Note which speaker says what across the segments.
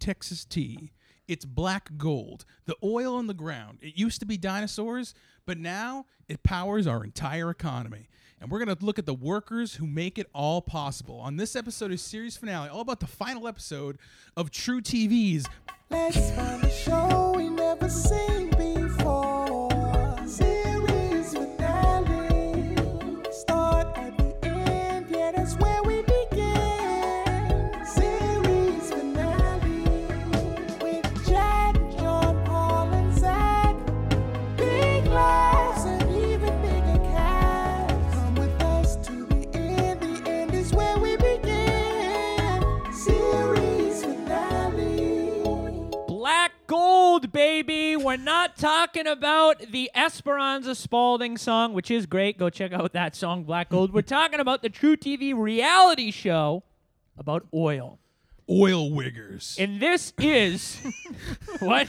Speaker 1: Texas tea. It's black gold. The oil on the ground. It used to be dinosaurs, but now it powers our entire economy. And we're going to look at the workers who make it all possible on this episode of Series Finale, all about the final episode of True TV's
Speaker 2: Let's find a show we never seen before. Series finale. Start at the end, yeah, that's where we begin. Series finale with Jack, John, Paul, and Zach. Big laughs and even bigger cats. Come with us to the end. The end is where we begin. Series finale.
Speaker 3: Black gold, baby. We're not talking about the Esperanza Spalding song, which is great. Go check out that song, Black Gold. We're talking about the True TV reality show about oil.
Speaker 1: Oil Wiggers.
Speaker 3: And this is what?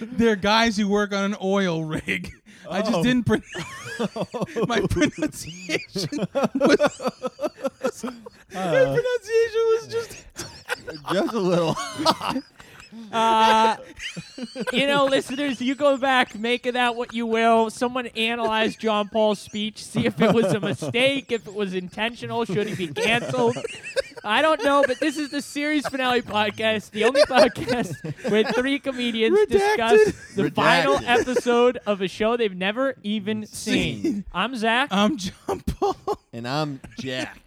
Speaker 1: They're guys who work on an oil rig. I just didn't print. my pronunciation was. my pronunciation was just.
Speaker 4: Just a little.
Speaker 3: Uh, you know, listeners, you go back, make of that what you will. Someone analyze John Paul's speech, see if it was a mistake, if it was intentional, should he be canceled. I don't know, but this is the series finale podcast, the only podcast where three comedians discuss the
Speaker 4: Redacted.
Speaker 3: final episode of a show they've never even
Speaker 1: Seen.
Speaker 3: seen. I'm Zach,
Speaker 1: I'm John Paul.
Speaker 4: and I'm Jack.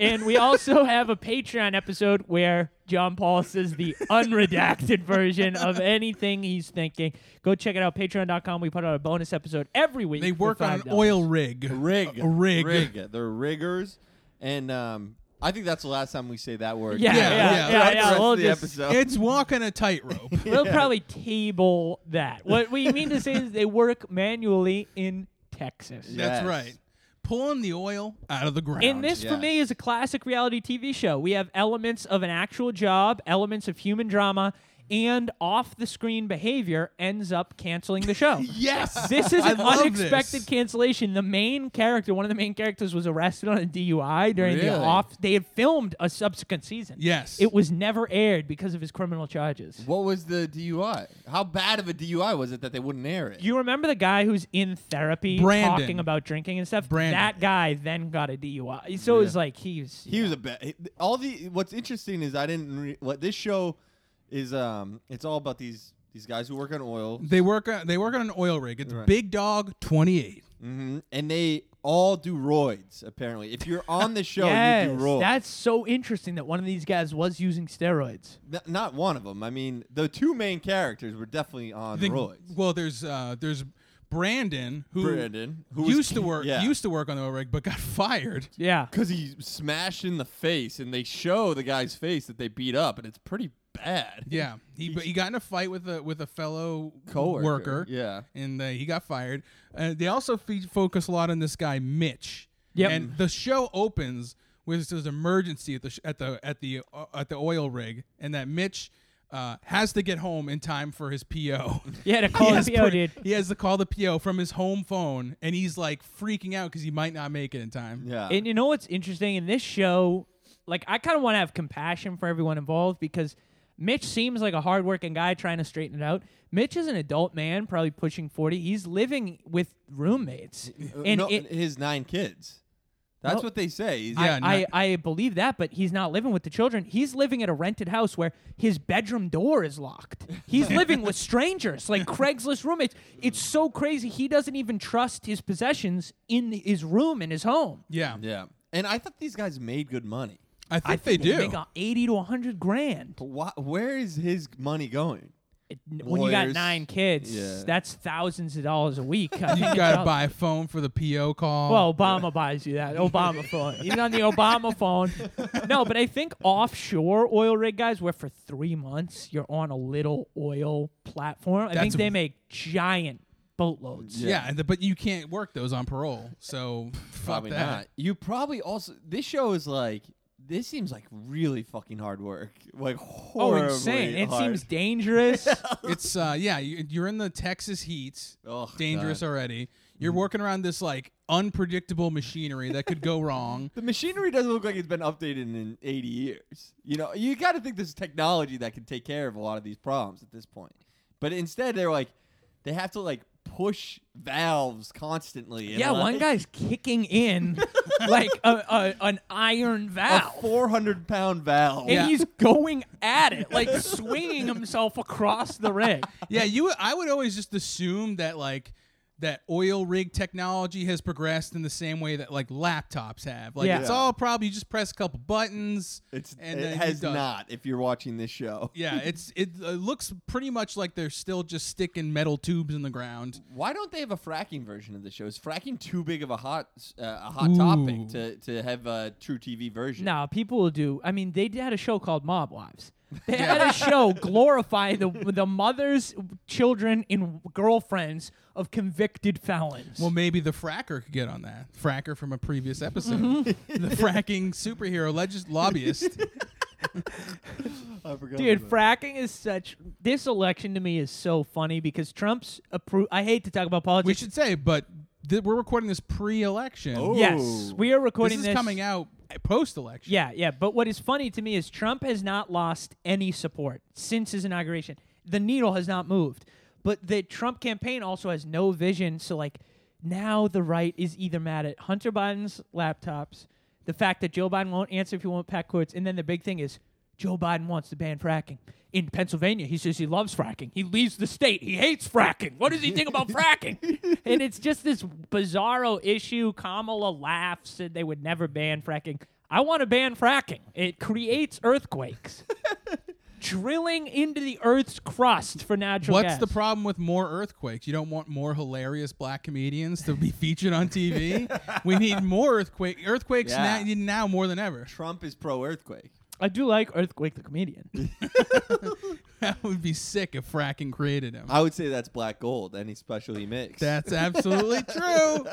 Speaker 3: and we also have a Patreon episode where John Paul says the unredacted version of anything he's thinking. Go check it out, patreon.com. We put out a bonus episode every week.
Speaker 1: They
Speaker 3: for
Speaker 1: work on an
Speaker 3: $5.
Speaker 1: oil rig.
Speaker 4: Rig.
Speaker 1: A rig.
Speaker 4: Rig. They're riggers. And um, I think that's the last time we say that word.
Speaker 3: Yeah,
Speaker 1: Yeah, yeah, yeah. yeah,
Speaker 4: Throughout
Speaker 3: yeah,
Speaker 4: the rest
Speaker 3: we'll
Speaker 4: of the
Speaker 3: just-
Speaker 4: episode.
Speaker 1: It's walking a tightrope.
Speaker 3: We'll probably table that. What we mean to say is they work manually in Texas.
Speaker 4: Yeah.
Speaker 1: That's
Speaker 4: Yes.
Speaker 1: right. Pulling the oil out of the ground.
Speaker 3: And this, for
Speaker 4: yes.
Speaker 3: me, is a classic reality TV show. We have elements of an actual job, elements of human drama, and off the screen behavior ends up canceling the show.
Speaker 1: Yes.
Speaker 3: This is
Speaker 1: I
Speaker 3: an
Speaker 1: love
Speaker 3: unexpected
Speaker 1: this.
Speaker 3: cancellation. The main character, one of the main characters, was arrested on a DUI during the
Speaker 4: Really?
Speaker 3: off. They had filmed a subsequent season.
Speaker 1: Yes.
Speaker 3: It was never aired because of his criminal charges.
Speaker 4: What was the DUI? How bad of a DUI was it that they wouldn't air it?
Speaker 3: You remember the guy who's in therapy
Speaker 1: Brandon.
Speaker 3: talking about drinking and stuff?
Speaker 1: Brandon.
Speaker 3: That guy then got a DUI. So it's like he's
Speaker 4: he was a bad. All the what's interesting is I didn't. Re- what this show is. Um, it's all about these these guys who work on oil,
Speaker 1: They work. On, they work on an oil rig. It's
Speaker 4: Right.
Speaker 1: Big Dog Twenty Eight.
Speaker 4: hmm and they all do roids. Apparently, if you're on the show,
Speaker 3: yes,
Speaker 4: you do roids.
Speaker 3: that's so interesting that one of these guys was using steroids.
Speaker 4: N- not one of them. I mean, the two main characters were definitely on
Speaker 1: Think-
Speaker 4: roids.
Speaker 1: Well, there's uh, there's Brandon who
Speaker 4: Brandon, who was-
Speaker 1: used to work
Speaker 4: yeah.
Speaker 1: used to work on the oil rig, but got fired.
Speaker 3: Yeah.
Speaker 4: Because he smashed in the face, and they show the guy's face that they beat up, and it's pretty bad.
Speaker 1: Yeah, he but he got in a fight with a with a fellow
Speaker 4: Coworker,
Speaker 1: worker.
Speaker 4: yeah.
Speaker 1: and uh, he got fired. Uh, they also fe- focus a lot on this guy Mitch.
Speaker 3: Yep.
Speaker 1: and the show opens with this emergency at the sh- at the at the uh, at the oil rig, and that Mitch. Uh, has to get home in time for his PO.
Speaker 3: Yeah, to call
Speaker 1: has
Speaker 3: the PO,
Speaker 1: put-
Speaker 3: dude.
Speaker 1: He has to call the PO from his home phone, and he's like freaking out because he might not make it in time.
Speaker 4: Yeah.
Speaker 3: And you know what's interesting in this show? Like, I kind of want to have compassion for everyone involved because Mitch seems like a hardworking guy trying to straighten it out. Mitch is an adult man, probably pushing 40. He's living with roommates.
Speaker 4: Uh,
Speaker 3: And
Speaker 4: no,
Speaker 3: it,
Speaker 4: his nine kids. That's
Speaker 3: No.
Speaker 4: what they say. He's-
Speaker 1: Yeah, no-
Speaker 3: I, I, I believe that, but he's not living with the children. He's living at a rented house where his bedroom door is locked. He's living with strangers, like Craigslist roommates. It's so crazy. He doesn't even trust his possessions in his room, in his home.
Speaker 1: Yeah,
Speaker 4: yeah. And I thought these guys made good money.
Speaker 1: I think they,
Speaker 3: think
Speaker 1: do.
Speaker 3: Make a 80 to 100 grand.
Speaker 4: But why, where is his money going?
Speaker 3: It- n- when you got
Speaker 4: Lawyers.
Speaker 3: nine kids,
Speaker 4: Yeah.
Speaker 3: that's thousands of dollars a week. I
Speaker 1: you
Speaker 3: think it's
Speaker 1: gotta
Speaker 3: all-
Speaker 1: buy a phone for the PO call.
Speaker 3: Well, Obama buys you that Obama phone. He's on the Obama phone. No, but I think offshore oil rig guys, where for three months you're on a little oil platform. I
Speaker 1: That's
Speaker 3: think
Speaker 1: a-
Speaker 3: they make giant boatloads.
Speaker 1: yeah, and the- but you can't work those on parole, so fuck
Speaker 4: Probably
Speaker 1: that.
Speaker 4: not. You probably also. This show is like. This seems like really fucking hard work. Like
Speaker 3: Oh,
Speaker 4: horribly
Speaker 3: insane! It
Speaker 4: hard.
Speaker 3: seems dangerous.
Speaker 1: It's uh, yeah, you, you're in the Texas heat,
Speaker 4: Oh,
Speaker 1: dangerous
Speaker 4: God. Mm.
Speaker 1: already. You're working around this like unpredictable machinery that could go wrong.
Speaker 4: The machinery doesn't look like it's been updated in 80 years. You know, you got to think there's technology that can take care of a lot of these problems at this point. But instead, they're like, they have to like push valves constantly. and,
Speaker 3: Yeah,
Speaker 4: like,
Speaker 3: one guy's kicking in like a, a, an iron
Speaker 4: a
Speaker 3: valve.
Speaker 4: 400 pound valve.
Speaker 3: and
Speaker 1: Yeah.
Speaker 3: he's going at it, like swinging himself across the ring.
Speaker 1: yeah, you. I would always just assume that like that oil rig technology has progressed in the same way that like laptops have. Like
Speaker 3: Yeah.
Speaker 1: it's all probably you just press a couple buttons.
Speaker 4: It's,
Speaker 1: and then
Speaker 4: it
Speaker 1: you're
Speaker 4: has
Speaker 1: done.
Speaker 4: not, if you're watching this show.
Speaker 1: Yeah, it's it uh, looks pretty much like they're still just sticking metal tubes in the ground.
Speaker 4: Why don't they have a fracking version of the show? Is fracking too big of a hot uh, a hot topic
Speaker 1: Ooh.
Speaker 4: to, to have a true TV version?
Speaker 3: No, people will do. I mean, they had a show called Mob Wives. They had a show glorifying the the mothers, children, and girlfriends of convicted felons.
Speaker 1: Well, maybe the fracker could get on that. Fracker from a previous episode,
Speaker 4: Mm-hmm.
Speaker 1: the fracking superhero legis- lobbyist.
Speaker 4: I forgot
Speaker 3: Dude,
Speaker 4: about
Speaker 3: fracking is such. This election to me is so funny because Trump's approved. I hate to talk about politics.
Speaker 1: we should say, but th- we're recording this pre-election.
Speaker 4: Oh.
Speaker 3: Yes, we are recording
Speaker 1: this
Speaker 3: this.
Speaker 1: is coming out post-election.
Speaker 3: Yeah, yeah. But what is funny to me is Trump has not lost any support since his inauguration. The needle has not moved. But the Trump campaign also has no vision. So, like, now the right is either mad at Hunter Biden's laptops, the fact that Joe Biden won't answer if he won't pack quotes, and then the big thing is Joe Biden wants to ban fracking. In Pennsylvania, he says he loves fracking. He leaves the state. He hates fracking. What does he think about fracking? And it's just this bizarro issue. Kamala laughs, said they would never ban fracking. I want to ban fracking. It creates earthquakes. Drilling into the Earth's crust for natural
Speaker 1: What's
Speaker 3: gas.
Speaker 1: the problem with more earthquakes? You don't want more hilarious black comedians to be featured on TV. we need more earthquake earthquakes
Speaker 4: Yeah.
Speaker 1: now, now more than ever.
Speaker 4: Trump is pro earthquake.
Speaker 3: I do like Earthquake the comedian.
Speaker 1: That would be sick if fracking created him.
Speaker 4: I would say that's black gold, any special he makes.
Speaker 1: That's absolutely true.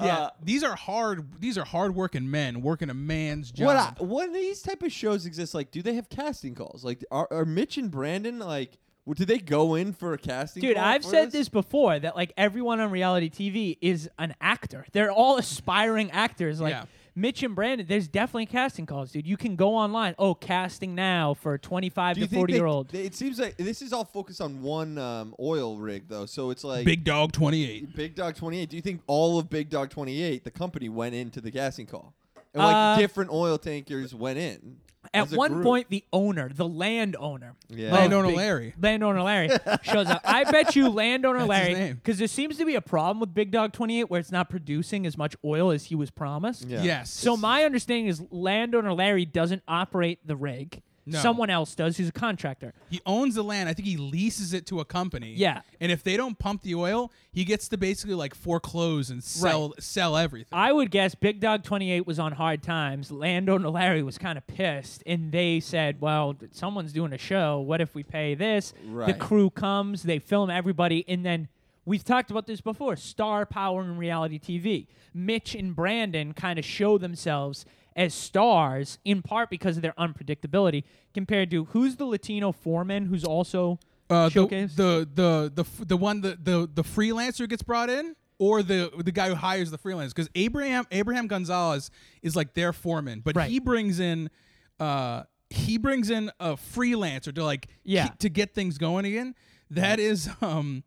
Speaker 1: Yeah,
Speaker 4: Uh,
Speaker 1: these are hard. These are hard-working men working a man's job.
Speaker 4: What I, what these type of shows exist like? Do they have casting calls? Like are, are Mitch and Brandon like? w- Do they go in for a casting?
Speaker 3: Dude,
Speaker 4: call
Speaker 3: I've
Speaker 4: for
Speaker 3: said this before that like everyone on reality TV is an actor. They're all aspiring actors. Like
Speaker 1: Yeah.
Speaker 3: Mitch and Brandon, there's definitely casting calls, dude. You can go online. Oh, casting now for 25
Speaker 4: Do you
Speaker 3: to
Speaker 4: think
Speaker 3: 40
Speaker 4: they-
Speaker 3: year old.
Speaker 4: they- it seems like this is all focused on one um, oil rig though, so it's like
Speaker 1: Big Dog Twenty Eight.
Speaker 4: Big Dog Twenty Eight. Do you think all of Big Dog Twenty Eight, the company, went into the casting call? And like
Speaker 3: Uh,
Speaker 4: different oil tankers went in.
Speaker 3: At
Speaker 4: as a
Speaker 3: one
Speaker 4: group.
Speaker 3: point, the owner, the landowner,
Speaker 4: Yeah.
Speaker 1: Landowner
Speaker 3: big-
Speaker 1: Larry.
Speaker 3: landowner Larry shows up. I bet you landowner
Speaker 1: That's his
Speaker 3: Larry,
Speaker 1: name.
Speaker 3: because there seems to be a problem with Big Dog 28 where it's not producing as much oil as he was promised.
Speaker 4: Yeah.
Speaker 1: Yes.
Speaker 3: So my understanding is landowner Larry doesn't operate the rig.
Speaker 1: No.
Speaker 3: Someone else does who's a contractor.
Speaker 1: He owns the land. I think he leases it to a company.
Speaker 3: Yeah.
Speaker 1: And if they don't pump the oil, he gets to basically like foreclose and sell sell everything.
Speaker 3: I would guess Big Dog 28 was on hard times. Landowner Larry was kind of pissed, and they said, Well, th- someone's doing a show. What if we pay this? The
Speaker 4: Right.
Speaker 3: crew comes, they film everybody, and then we've talked about this before star power in reality TV. Mitch and Brandon kind of show themselves as stars, in part because of their unpredictability, compared to who's the Latino foreman who's also
Speaker 1: uh, the,
Speaker 3: showcased?
Speaker 1: the the the f- the one the the the freelancer gets brought in or the the guy who hires the freelancer because Abraham Abraham Gonzalez is like their foreman, but
Speaker 3: Right.
Speaker 1: he brings in uh he brings in a freelancer to like
Speaker 3: Yeah.
Speaker 1: ke- to get things going again. That is um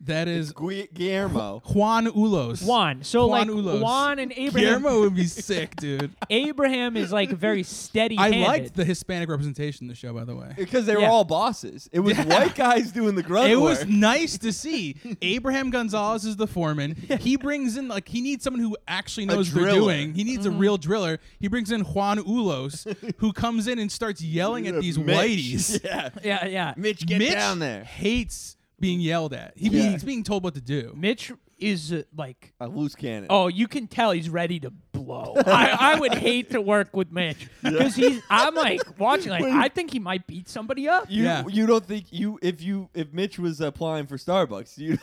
Speaker 1: that is
Speaker 4: Gui- Guillermo.
Speaker 1: Juan Ulos.
Speaker 3: Juan. So,
Speaker 1: Juan
Speaker 3: like,
Speaker 1: Ulos.
Speaker 3: Juan and Abraham.
Speaker 1: Guillermo would be sick, dude.
Speaker 3: Abraham is like very steady.
Speaker 1: I liked the Hispanic representation in the show, by the way.
Speaker 4: Because they were
Speaker 3: Yeah.
Speaker 4: all bosses. It was white guys doing the grunt
Speaker 1: It was
Speaker 4: work.
Speaker 1: nice to see. Abraham Gonzalez is the foreman. He brings in like he needs someone who actually knows what they're
Speaker 4: driller. Mm-hmm.
Speaker 1: doing. He needs a real driller. He brings in Juan Ulos, who comes in and starts yelling at these
Speaker 4: Mitch.
Speaker 1: whiteys.
Speaker 4: Yeah.
Speaker 3: Yeah, yeah.
Speaker 4: Mitch, get
Speaker 1: Mitch
Speaker 4: down there.
Speaker 1: hates being yelled at. He
Speaker 4: Yeah.
Speaker 1: he's being told what to do.
Speaker 3: Mitch is uh, like,
Speaker 4: A loose cannon.
Speaker 3: oh, you can tell he's ready to blow. I, I would hate to work with Mitch because he's. I'm like watching, like I think he might beat somebody up.
Speaker 4: You
Speaker 1: Yeah.
Speaker 4: you don't think you if you if Mitch was applying for Starbucks, you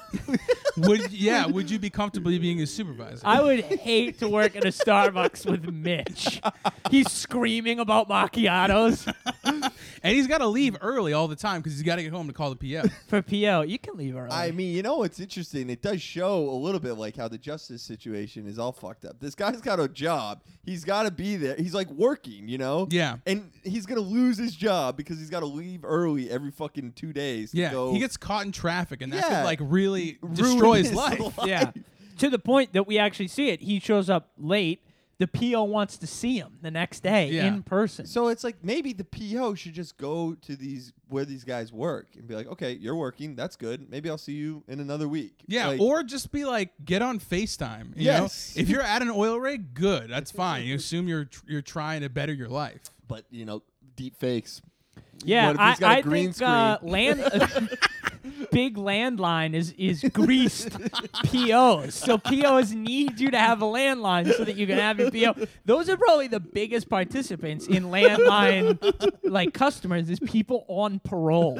Speaker 1: Would yeah? Would you be comfortably being his supervisor?
Speaker 3: I would hate to work at a Starbucks with Mitch. He's screaming about macchiatos.
Speaker 1: and he's got to leave early all the time because he's got to get home to call the PO.
Speaker 3: For PO, you can leave early.
Speaker 4: I mean, you know what's interesting? It does show a little bit like how the justice situation is all fucked up. This guy's got a job. He's got to be there. He's like working, you know?
Speaker 1: Yeah.
Speaker 4: And he's going to lose his job because he's got to leave early every fucking two days. to
Speaker 1: Yeah,
Speaker 4: go
Speaker 1: he gets caught in traffic, and that
Speaker 4: Yeah.
Speaker 1: could like really
Speaker 4: ruin
Speaker 1: destroy his
Speaker 4: his
Speaker 1: life.
Speaker 3: yeah. To the point that we actually see it. He shows up late. The PO wants to see him the next day
Speaker 1: Yeah.
Speaker 3: in person.
Speaker 4: So it's like maybe the PO should just go to these where these guys work and be like, okay, you're working. That's good. Maybe I'll see you in another week.
Speaker 1: Yeah,
Speaker 4: Like-
Speaker 1: or just be like, get on Facetime. You
Speaker 4: Yes.
Speaker 1: know, if you're at an oil rig, good, that's fine. You assume you're tr- you're trying to better your life.
Speaker 4: but you know, deep fakes.
Speaker 3: yeah,
Speaker 4: What if
Speaker 3: I,
Speaker 4: he's got a
Speaker 3: I
Speaker 4: green
Speaker 3: think uh,
Speaker 4: screen?
Speaker 3: land big landline is is greased POs. So POs need you to have a landline so that you can have your PO. Those are probably the biggest participants in landline like customers is people on parole.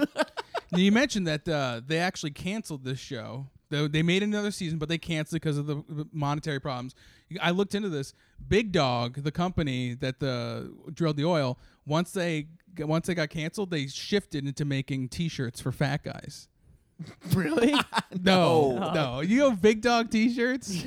Speaker 1: Now, you mentioned that uh, they actually canceled this show. Though They made another season, but they canceled because of the the monetary problems. I looked into this. Big Dog, the company that the drilled the oil, once they once they got canceled, they shifted into making T-shirts for fat guys.
Speaker 3: Really?
Speaker 1: No,
Speaker 4: Oh.
Speaker 1: no, you know Big Dog T-shirts.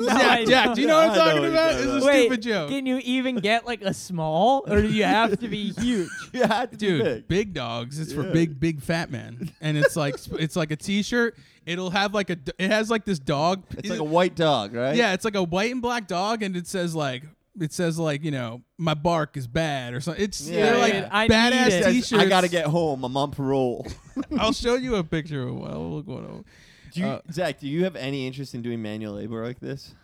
Speaker 3: I
Speaker 1: Jack, Jack, do you know what I'm
Speaker 4: I know
Speaker 1: talking
Speaker 4: what you're
Speaker 1: about?
Speaker 4: talking
Speaker 1: It's a
Speaker 4: about.
Speaker 1: stupid joke.
Speaker 3: Can you even get like a small, or do you have to be huge?
Speaker 4: Yeah, had to
Speaker 1: dude
Speaker 4: be big.
Speaker 1: big. dogs it's for big big fat men and it's like sp- it's like a t-shirt it'll have like a d- it has like this dog
Speaker 4: It's like a white dog, right?
Speaker 1: yeah it's like a white and black dog and it says like it says like you know my bark is bad or something it's
Speaker 4: Yeah,
Speaker 1: they're
Speaker 4: yeah,
Speaker 1: like
Speaker 4: yeah.
Speaker 3: I need
Speaker 1: badass
Speaker 3: it.
Speaker 4: Says,
Speaker 1: t-shirts
Speaker 4: I gotta get home. I'm on parole.
Speaker 1: i'll show you a picture of what we'll go to
Speaker 4: do you,
Speaker 1: Uh,
Speaker 4: Zach, do you have any interest in doing manual labor like this?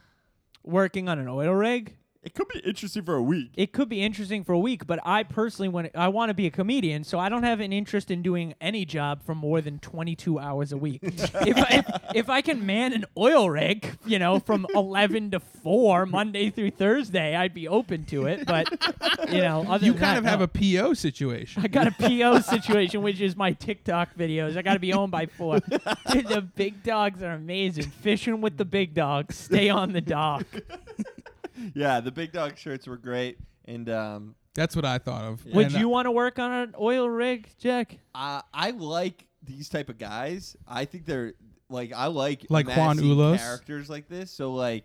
Speaker 3: Working on an oil rig,
Speaker 4: It could be interesting for a week.
Speaker 3: it could be interesting for a week, but I personally want I want to be a comedian, so I don't have an interest in doing any job for more than 22 hours a week. if, I, if, if I can man an oil rig, you know, from 11 to 4 Monday through Thursday, I'd be open to it. But you know, other
Speaker 1: you
Speaker 3: than
Speaker 1: kind
Speaker 3: that,
Speaker 1: of have
Speaker 3: no.
Speaker 1: a po situation
Speaker 3: I got a PO situation, which is my TikTok videos. I got to be home by four. Dude, the big dogs are amazing. Fishing with the big dogs. Stay on the dock.
Speaker 4: Yeah, the big dog shirts were great, and um,
Speaker 1: that's what i thought of
Speaker 3: Would
Speaker 1: And, uh,
Speaker 3: you want to work on an oil rig, Jack?
Speaker 4: I I like these type of guys. I think they're like I like
Speaker 1: Like Juan
Speaker 4: massive
Speaker 1: Ulos?
Speaker 4: characters like this. So like,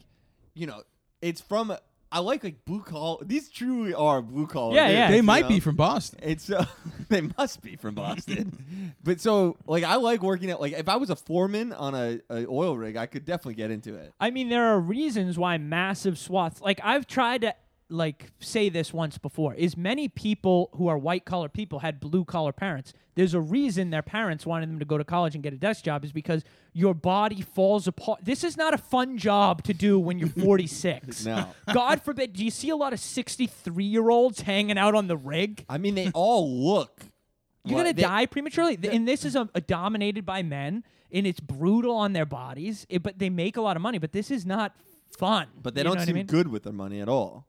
Speaker 4: you know, it's from I like like blue collar. These truly are blue collar.
Speaker 3: Yeah,
Speaker 4: dudes,
Speaker 3: yeah.
Speaker 1: they
Speaker 4: you
Speaker 1: might
Speaker 4: know?
Speaker 1: be from boston
Speaker 4: It's uh, they must be from Boston, but so like I like working at like if I was a foreman on a, a oil rig, I could definitely get into it.
Speaker 3: I mean, there are reasons why massive swaths. Like I've tried to like say this once before. Is many people who are white collar people had blue collar parents. There's a reason their parents wanted them to go to college and get a desk job is because your body falls apart. This is not a fun job to do when you're 46.
Speaker 4: No.
Speaker 3: God forbid. Do you see a lot of 63 year olds hanging out on the rig?
Speaker 4: I mean, they all look.
Speaker 3: You're
Speaker 4: like-
Speaker 3: gonna
Speaker 4: they-
Speaker 3: die prematurely, Th- and this is um, a, a dominated by men, and it's brutal on their bodies. It, but they make a lot of money. But this is not fun.
Speaker 4: but they
Speaker 3: You know
Speaker 4: don't
Speaker 3: what I
Speaker 4: seem
Speaker 3: mean?
Speaker 4: good with their money at all.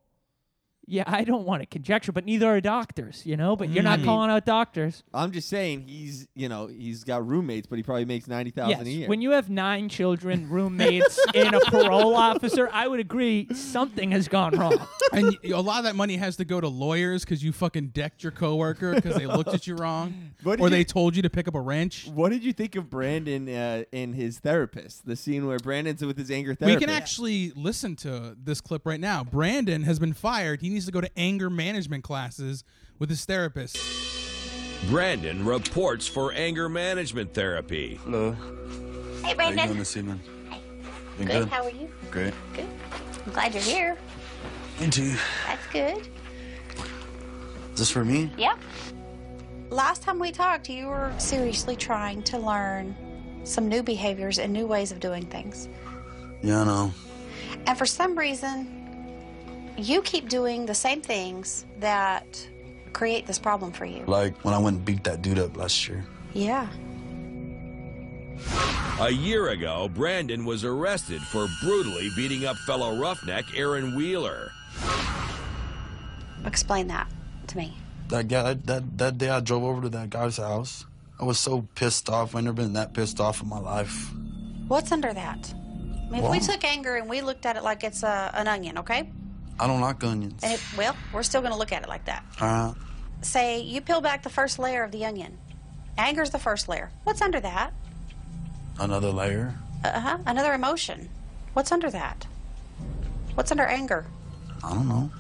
Speaker 3: Yeah, I don't want to conjecture, but neither are doctors. You know, but you're
Speaker 4: Mm.
Speaker 3: not calling out doctors.
Speaker 4: I'm just saying he's you know he's got roommates, but he probably makes ninety thousand
Speaker 3: Yes,
Speaker 4: a year.
Speaker 3: when you have nine children, roommates, and a parole officer, I would agree something has gone wrong.
Speaker 1: and y- a lot of that money has to go to lawyers because you fucking decked your coworker because they looked at you wrong
Speaker 4: What did
Speaker 1: or they
Speaker 4: you-
Speaker 1: told you to pick up a wrench
Speaker 4: what did you think of Brandon uh, and his therapist? The scene where Brandon's with his anger
Speaker 1: We
Speaker 4: therapist.
Speaker 1: can actually listen to this clip right now. Brandon has been fired. He needs to go to anger management classes with his therapist.
Speaker 5: Brandon reports for anger management therapy.
Speaker 6: Hello.
Speaker 7: Hey,
Speaker 6: How you doing
Speaker 7: Brandon.
Speaker 6: this evening? Been
Speaker 7: Good. How are you?
Speaker 6: Great.
Speaker 7: Good. I'm glad you're here.
Speaker 6: You too.
Speaker 7: That's good.
Speaker 6: Is this for me?
Speaker 7: Yeah. Last time we talked, you were seriously trying to learn some new behaviors and new ways of doing things.
Speaker 6: Yeah, I know.
Speaker 7: And for some reason, you keep doing the same things that create this problem for you.
Speaker 6: Like when I went and beat that dude up last year.
Speaker 7: Yeah.
Speaker 5: A year ago, Brandon was arrested for brutally beating up fellow roughneck Aaron Wheeler.
Speaker 7: Explain that to me.
Speaker 6: That guy, that, that day I drove over to that guy's house. I was so pissed off. I've never been that pissed off in my life.
Speaker 7: What's under that? I mean, if we
Speaker 6: Wow.
Speaker 7: took anger and we looked at it like it's a, an onion, okay?
Speaker 6: I don't like onions.
Speaker 7: And it, well, we're still going to look at it like that.
Speaker 6: All right.
Speaker 7: say you peel back the first layer of the onion. Anger's the first layer. What's under that?
Speaker 6: Another layer.
Speaker 7: Uh huh. Another emotion. What's under that? What's under anger?
Speaker 6: I don't know.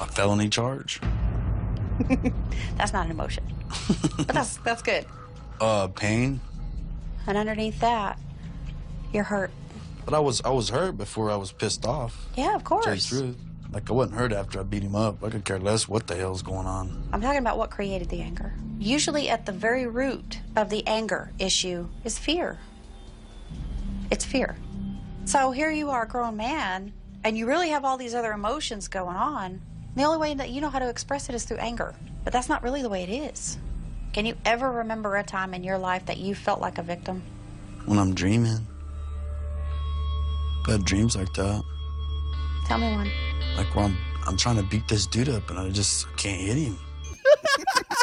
Speaker 6: A felony charge.
Speaker 7: That's not an emotion. but that's that's good.
Speaker 6: Uh, pain.
Speaker 7: And underneath that, you're hurt.
Speaker 6: But I was I was hurt before I was pissed off.
Speaker 7: Yeah, of
Speaker 6: To tell you the
Speaker 7: course.
Speaker 6: truth, like I wasn't hurt after I beat him up. I could care less what the hell's going on.
Speaker 7: I'm talking about what created the anger. Usually, at the very root of the anger issue is fear. It's fear. So here you are, a grown man, and you really have all these other emotions going on. The only way that you know how to express it is through anger, but that's not really the way it is. Can you ever remember a time in your life that you felt like a victim?
Speaker 6: When I'm dreaming, I have dreams like that.
Speaker 7: Tell me one.
Speaker 6: Like when I'm I'm trying to beat this dude up and I just can't hit him.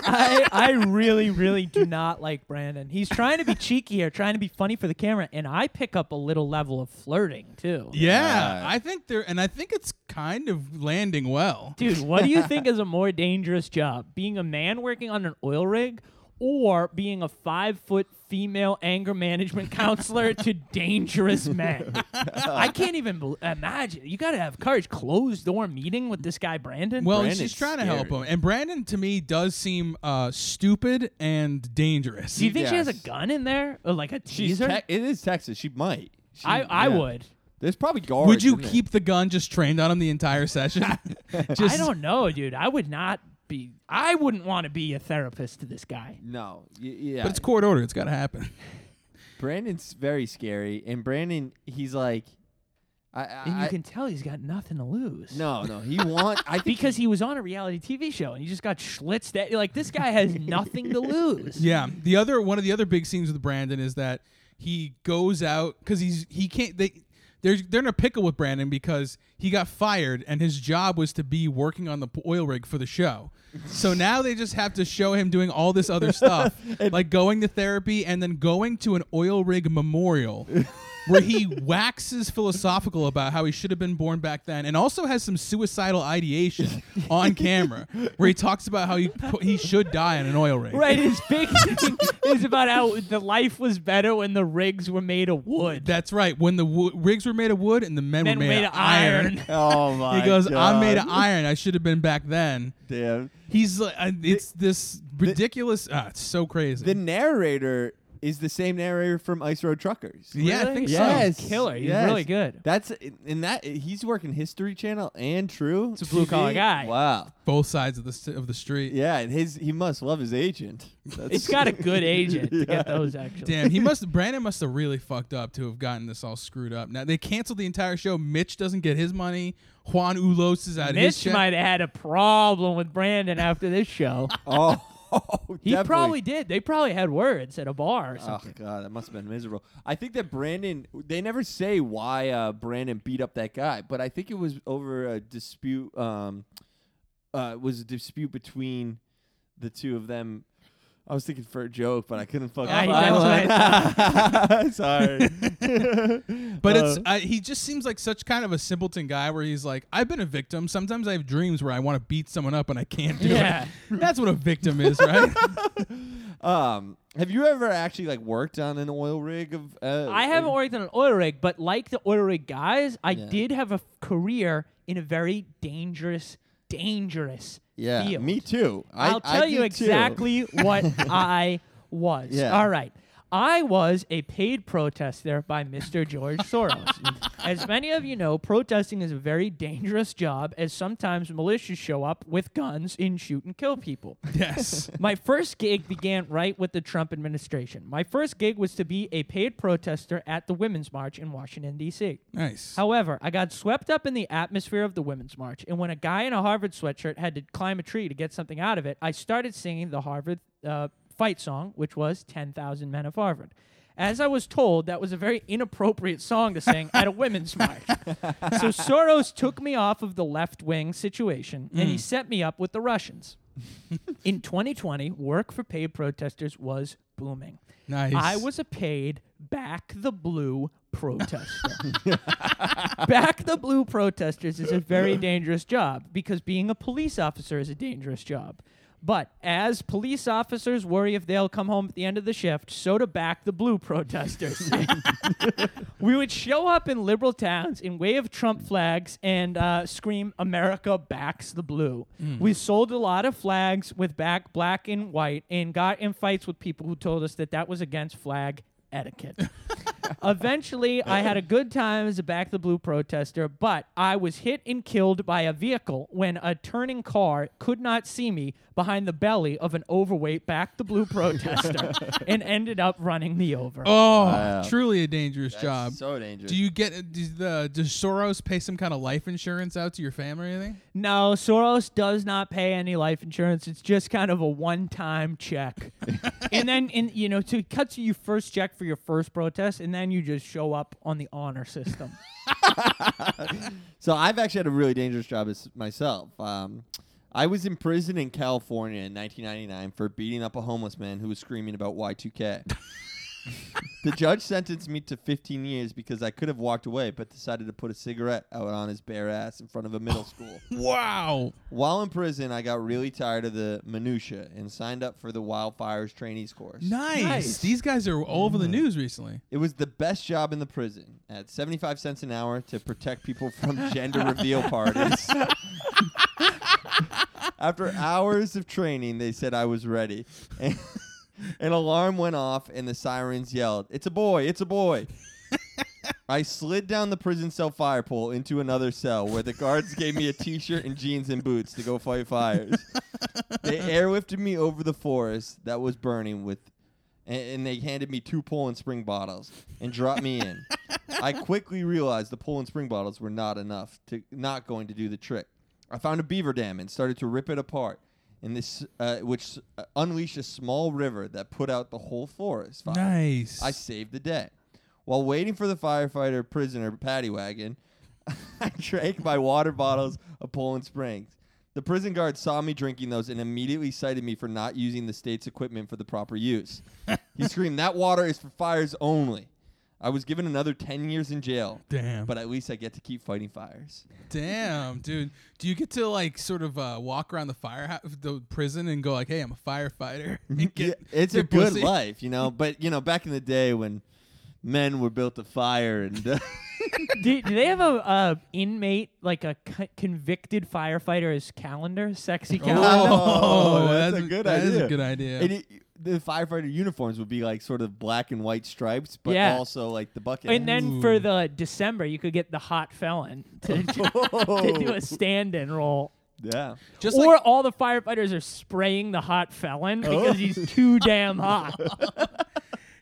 Speaker 3: I, I really, really do not like Brandon. He's trying to be cheeky or trying to be funny for the camera, and I pick up a little level of flirting too.
Speaker 1: Yeah,
Speaker 4: Right.
Speaker 1: I think they're, and I think it's kind of landing well.
Speaker 3: Dude, what do you think is a more dangerous job? Being a man working on an oil rig or being a five foot female anger management counselor to dangerous men? I can't even bel imagine. You got to have courage. Closed door meeting with this guy, Brandon?
Speaker 1: Well,
Speaker 4: Brandon's
Speaker 1: she's trying to help him,
Speaker 4: scary.
Speaker 1: and Brandon to me does seem uh, stupid and dangerous.
Speaker 3: do you think she has a
Speaker 4: Yes.
Speaker 3: gun in there? Or like a
Speaker 4: She's
Speaker 3: teaser?
Speaker 4: te- it is Texas. She might. She-
Speaker 3: I, I
Speaker 4: yeah.
Speaker 3: would.
Speaker 4: There's probably guards.
Speaker 1: Would you
Speaker 4: in there.
Speaker 1: keep the gun just trained on him the entire session? just,
Speaker 3: I don't know, dude. I would not be. I wouldn't want to be a therapist to this guy.
Speaker 4: No. Y- yeah.
Speaker 1: But it's court order. It's got to happen.
Speaker 4: Brandon's very scary, and Brandon, he's like, I. I
Speaker 3: And
Speaker 4: I-
Speaker 3: you can tell he's got nothing to lose.
Speaker 4: no, no. He want. I think
Speaker 3: Because he was on a reality TV show and he just got schlitzed at. Like, this guy has nothing to lose.
Speaker 1: Yeah. The other one of the other big scenes with Brandon is that he goes out because he's he can't they they're they're in a pickle with Brandon because he got fired and his job was to be working on the p- oil rig for the show. So now they just have to show him doing all this other stuff, like going to therapy and then going to an oil rig memorial. where he waxes philosophical about how he should have been born back then, and also has some suicidal ideation on camera, where he talks about how he put, he should die in an oil rig.
Speaker 3: Right, his big thing is about how the life was better when the rigs were made of wood.
Speaker 1: That's right. When the wo- rigs were made of wood and the men,
Speaker 3: Men
Speaker 1: were made, of iron.
Speaker 4: Oh my.
Speaker 1: he goes,
Speaker 4: God.
Speaker 1: "I'm made of iron. I should have been back then."
Speaker 4: Damn.
Speaker 1: He's like, uh, it's this ridiculous. ah, it's so crazy.
Speaker 4: The narrator is the same narrator from Ice Road Truckers.
Speaker 1: yeah, I
Speaker 3: Really?
Speaker 1: think
Speaker 4: Yes,
Speaker 1: so.
Speaker 3: Killer. He's
Speaker 4: yes.
Speaker 3: really good.
Speaker 4: That's in that he's working History Channel and True. It's
Speaker 3: a blue-collar guy.
Speaker 4: Wow.
Speaker 1: Both sides of the s- of the street.
Speaker 4: Yeah, and his he must love his agent. That's
Speaker 3: It's got a good agent to get those, actually.
Speaker 1: Damn, he must. Brandon must have really fucked up to have gotten this all screwed up. Now they canceled the entire show. Mitch doesn't get his money. Juan Ulos is out of his
Speaker 3: Mitch
Speaker 1: check.
Speaker 3: might have had a problem with Brandon after this show.
Speaker 4: oh.
Speaker 3: He
Speaker 4: definitely.
Speaker 3: probably did. They probably had words at a bar or
Speaker 4: Oh
Speaker 3: something.
Speaker 4: god, that must have been miserable. I think that Brandon they never say why uh, Brandon beat up that guy, but I think it was over a dispute um uh it was a dispute between the two of them. I was thinking for a joke, but I couldn't fucking
Speaker 3: Yeah,
Speaker 4: find one.
Speaker 3: that's
Speaker 4: Sorry.
Speaker 1: But it's I, he just seems like such kind of a simpleton guy where he's like, I've been a victim. Sometimes I have dreams where I want to beat someone up and I can't do
Speaker 3: Yeah.
Speaker 1: it. That's what a victim is, right?
Speaker 4: um have you ever actually like worked on an oil rig of uh,
Speaker 3: I haven't worked on an oil rig, but like the oil rig guys, I
Speaker 4: Yeah.
Speaker 3: did have a f- career in a very dangerous, dangerous
Speaker 4: Yeah,
Speaker 3: field.
Speaker 4: me too. I,
Speaker 3: I'll tell
Speaker 4: I
Speaker 3: you
Speaker 4: did too.
Speaker 3: exactly what I was.
Speaker 4: Yeah.
Speaker 3: All right. I was a paid protester by Mr. George Soros. as many of you know, protesting is a very dangerous job, as sometimes militias show up with guns and shoot and kill people.
Speaker 1: yes.
Speaker 3: My first gig began right with the Trump administration. My first gig was to be a paid protester at the Women's March in Washington, D.C.
Speaker 1: Nice.
Speaker 3: However, I got swept up in the atmosphere of the Women's March, and when a guy in a Harvard sweatshirt had to climb a tree to get something out of it, I started singing the Harvard uh, fight song, which was 10,000 Men of Harvard. As I was told, that was a very inappropriate song to sing at a women's march. So Soros took me off of the left wing situation and he set me up with the Russians. In 2020, work for paid protesters was booming.
Speaker 1: nice.
Speaker 3: I was a paid Back the Blue Protester. Back the Blue Protesters is a very dangerous job because being a police officer is a dangerous job. But as police officers worry if they'll come home at the end of the shift, so do back the blue protesters. we would show up in liberal towns and wave Trump flags and uh, scream, America backs the blue. We sold a lot of flags with back black and white and got in fights with people who told us that that was against flag etiquette. Eventually, I had a good time as a back the blue protester, but I was hit and killed by a vehicle when a turning car could not see me behind the belly of an overweight back the blue protester and ended up running me over.
Speaker 1: Oh,
Speaker 4: Wow.
Speaker 1: truly a dangerous job.
Speaker 4: So dangerous.
Speaker 1: Do you get uh, does the does Soros pay some kind of life insurance out to your family or anything?
Speaker 3: No, Soros does not pay any life insurance. It's just kind of a one-time check, and then and you know, to cut to your first check for your first protest, and then you just show up on the honor system.
Speaker 4: So I've actually had a really dangerous job as myself. Um, I was in prison in California in 1999 for beating up a homeless man who was screaming about Y2K. the judge sentenced me to 15 years because I could have walked away, but decided to put a cigarette out on his bare ass in front of a middle school.
Speaker 1: Wow.
Speaker 4: While in prison, I got really tired of the minutia and signed up for the wildfires trainees course.
Speaker 1: Nice. These guys are all
Speaker 4: Mm.
Speaker 1: over the news recently.
Speaker 4: It was the best job in the prison at 75 cents an hour to protect people from gender reveal parties. After hours of training, they said I was ready. And an alarm went off and the sirens yelled, It's a boy, it's a boy. I slid down the prison cell fire pole into another cell where the guards gave me a t shirt and jeans and boots to go fight fires. They airlifted me over the forest that was burning with and, and they handed me two Poland Spring bottles and dropped me in. I quickly realized the Poland Spring bottles were not enough to not going to do the trick. I found a beaver dam and started to rip it apart, and this uh, which uh, unleashed a small river that put out the whole forest fire.
Speaker 1: Nice.
Speaker 4: I saved the day. While waiting for the firefighter prisoner paddy wagon, I drank my water bottles of Poland Springs. The prison guard saw me drinking those and immediately cited me for not using the state's equipment for the proper use. he screamed, That water is for fires only. I was given another 10 years in jail.
Speaker 1: Damn.
Speaker 4: But at least I get to keep fighting fires.
Speaker 1: Damn, dude. Do you get to like sort of uh, walk around the fire the prison and go like, "Hey, I'm a firefighter." and get-
Speaker 4: Yeah, it's a
Speaker 1: get
Speaker 4: good
Speaker 1: pussy?
Speaker 4: life, you know. But, you know, back in the day when men were built to fire and. Uh,
Speaker 3: do, do they have a, a inmate like a co- convicted firefighter as calendar, sexy calendar?
Speaker 1: Oh,
Speaker 4: that's,
Speaker 1: that's
Speaker 4: a
Speaker 1: a-
Speaker 4: good
Speaker 1: that
Speaker 4: idea.
Speaker 1: is a good idea.
Speaker 4: And it- the firefighter uniforms would be like sort of black and white stripes, but
Speaker 3: Yeah.
Speaker 4: also like the bucket.
Speaker 3: And then for the December, you could get the hot felon to, to do a stand-in role.
Speaker 4: yeah,
Speaker 1: Just
Speaker 3: or
Speaker 1: like
Speaker 3: all the firefighters are spraying the hot felon because he's too damn hot.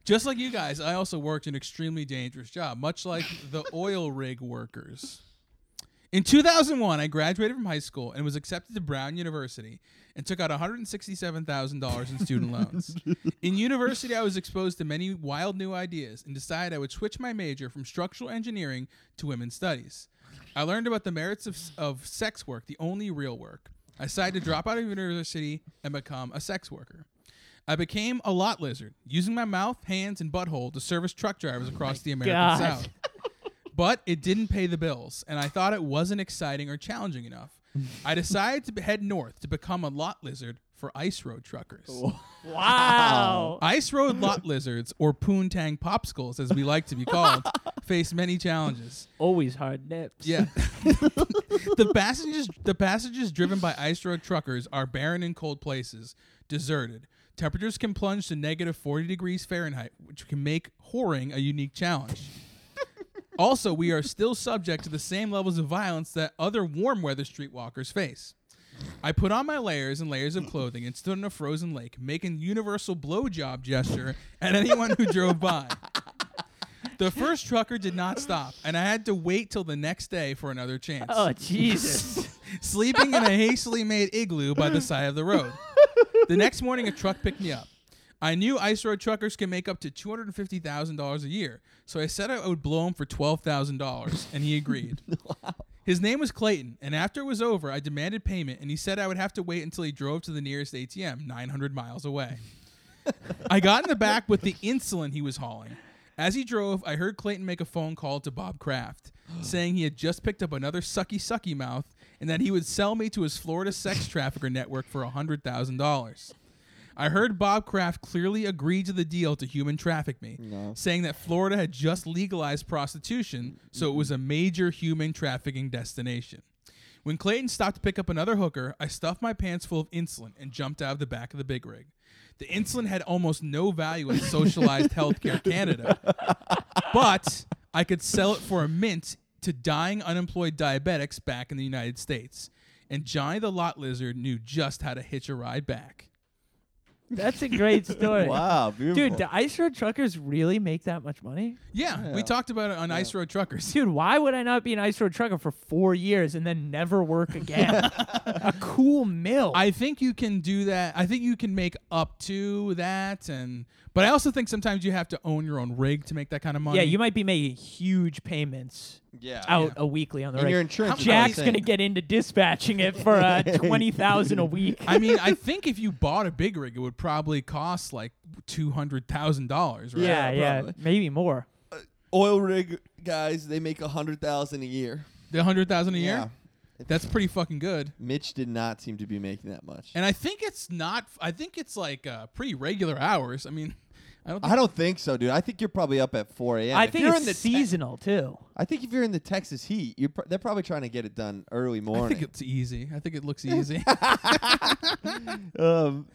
Speaker 1: just like you guys, I also worked an extremely dangerous job, much like the oil rig workers. In 2001, I graduated from high school and was accepted to Brown University and took out $167,000 in student loans. In university, I was exposed to many wild new ideas and decided I would switch my major from structural engineering to women's studies. I learned about the merits of, of sex work, the only real work. I decided to drop out of university and become a sex worker. I became a lot lizard, using my mouth, hands, and butthole to service truck drivers across the American
Speaker 3: God.
Speaker 1: South but it didn't pay the bills, and I thought it wasn't exciting or challenging enough. I decided to be- head north to become a lot lizard for ice road truckers.
Speaker 3: Wow.
Speaker 1: Ice road lot lizards, or poontang popsicles as we like to be called, face many challenges.
Speaker 3: Always hard nips.
Speaker 1: Yeah. the passages the passages driven by ice road truckers are barren and cold places, deserted. Temperatures can plunge to negative 40 degrees Fahrenheit, which can make whoring a unique challenge. also, we are still subject to the same levels of violence that other warm weather streetwalkers face. I put on my layers and layers of clothing and stood in a frozen lake, making universal blowjob gesture at anyone who drove by. The first trucker did not stop, and I had to wait till the next day for another chance.
Speaker 3: Oh Jesus.
Speaker 1: Sleeping in a hastily made igloo by the side of the road. The next morning, a truck picked me up. I knew ice road truckers can make up to two hundred and fifty thousand dollars a year, so I said I would blow him for twelve thousand dollars, and he agreed. His name was Clayton, and after it was over, I demanded payment, and he said I would have to wait until he drove to the nearest ATM, nine hundred miles away. I got in the back with the insulin he was hauling. As he drove, I heard Clayton make a phone call to Bob Kraft, saying he had just picked up another sucky sucky mouth and that he would sell me to his Florida sex trafficker network for $100,000. I heard Bob Kraft clearly agreed to the deal to human traffic me, saying that Florida had just legalized prostitution, so it was a major human trafficking destination. When Clayton stopped to pick up another hooker, I stuffed my pants full of insulin and jumped out of the back of the big rig. The insulin had almost no value in socialized healthcare Canada, but I could sell it for a mint to dying unemployed diabetics back in the United States. And Johnny the Lot Lizard knew just how to hitch a ride back.
Speaker 3: That's a great story.
Speaker 4: Wow, beautiful.
Speaker 3: Dude, do ice road truckers really make that much money?
Speaker 1: Yeah, we talked about it on Ice Road Truckers.
Speaker 3: Dude, why would I not be an ice road trucker for four years and then never work again? a cool mill.
Speaker 1: I think you can do that. I think you can make up to that, and but I also think sometimes you have to own your own rig to make that kind of money.
Speaker 3: yeah, you might be making huge payments
Speaker 4: yeah.
Speaker 3: out a weekly on the
Speaker 4: And
Speaker 3: reg.
Speaker 4: your insurance is
Speaker 3: Oh, Jack's
Speaker 4: insane.
Speaker 3: gonna get into dispatching it for uh, twenty thousand a week.
Speaker 1: I mean, I think if you bought a big rig, it would probably cost like two hundred thousand dollars. Right?
Speaker 3: yeah, yeah,
Speaker 4: probably.
Speaker 3: maybe more.
Speaker 4: Oil rig guys, they make a hundred thousand a year.
Speaker 1: the hundred thousand a year.
Speaker 4: Yeah.
Speaker 1: That's pretty fucking good.
Speaker 4: Mitch did not seem to be making that much.
Speaker 1: And I think it's not. I think it's like uh, pretty regular hours. I mean, I don't. Think,
Speaker 4: I don't think so, dude. I think you're probably up at 4 a.m.
Speaker 3: I
Speaker 4: If
Speaker 3: think
Speaker 4: you're
Speaker 3: it's
Speaker 4: in the Te-
Speaker 3: seasonal too.
Speaker 4: I think if you're in the Texas heat, you're pr- they're probably trying to get it done early
Speaker 1: I think
Speaker 4: morning.
Speaker 1: it's easy. I think it looks easy.
Speaker 4: um,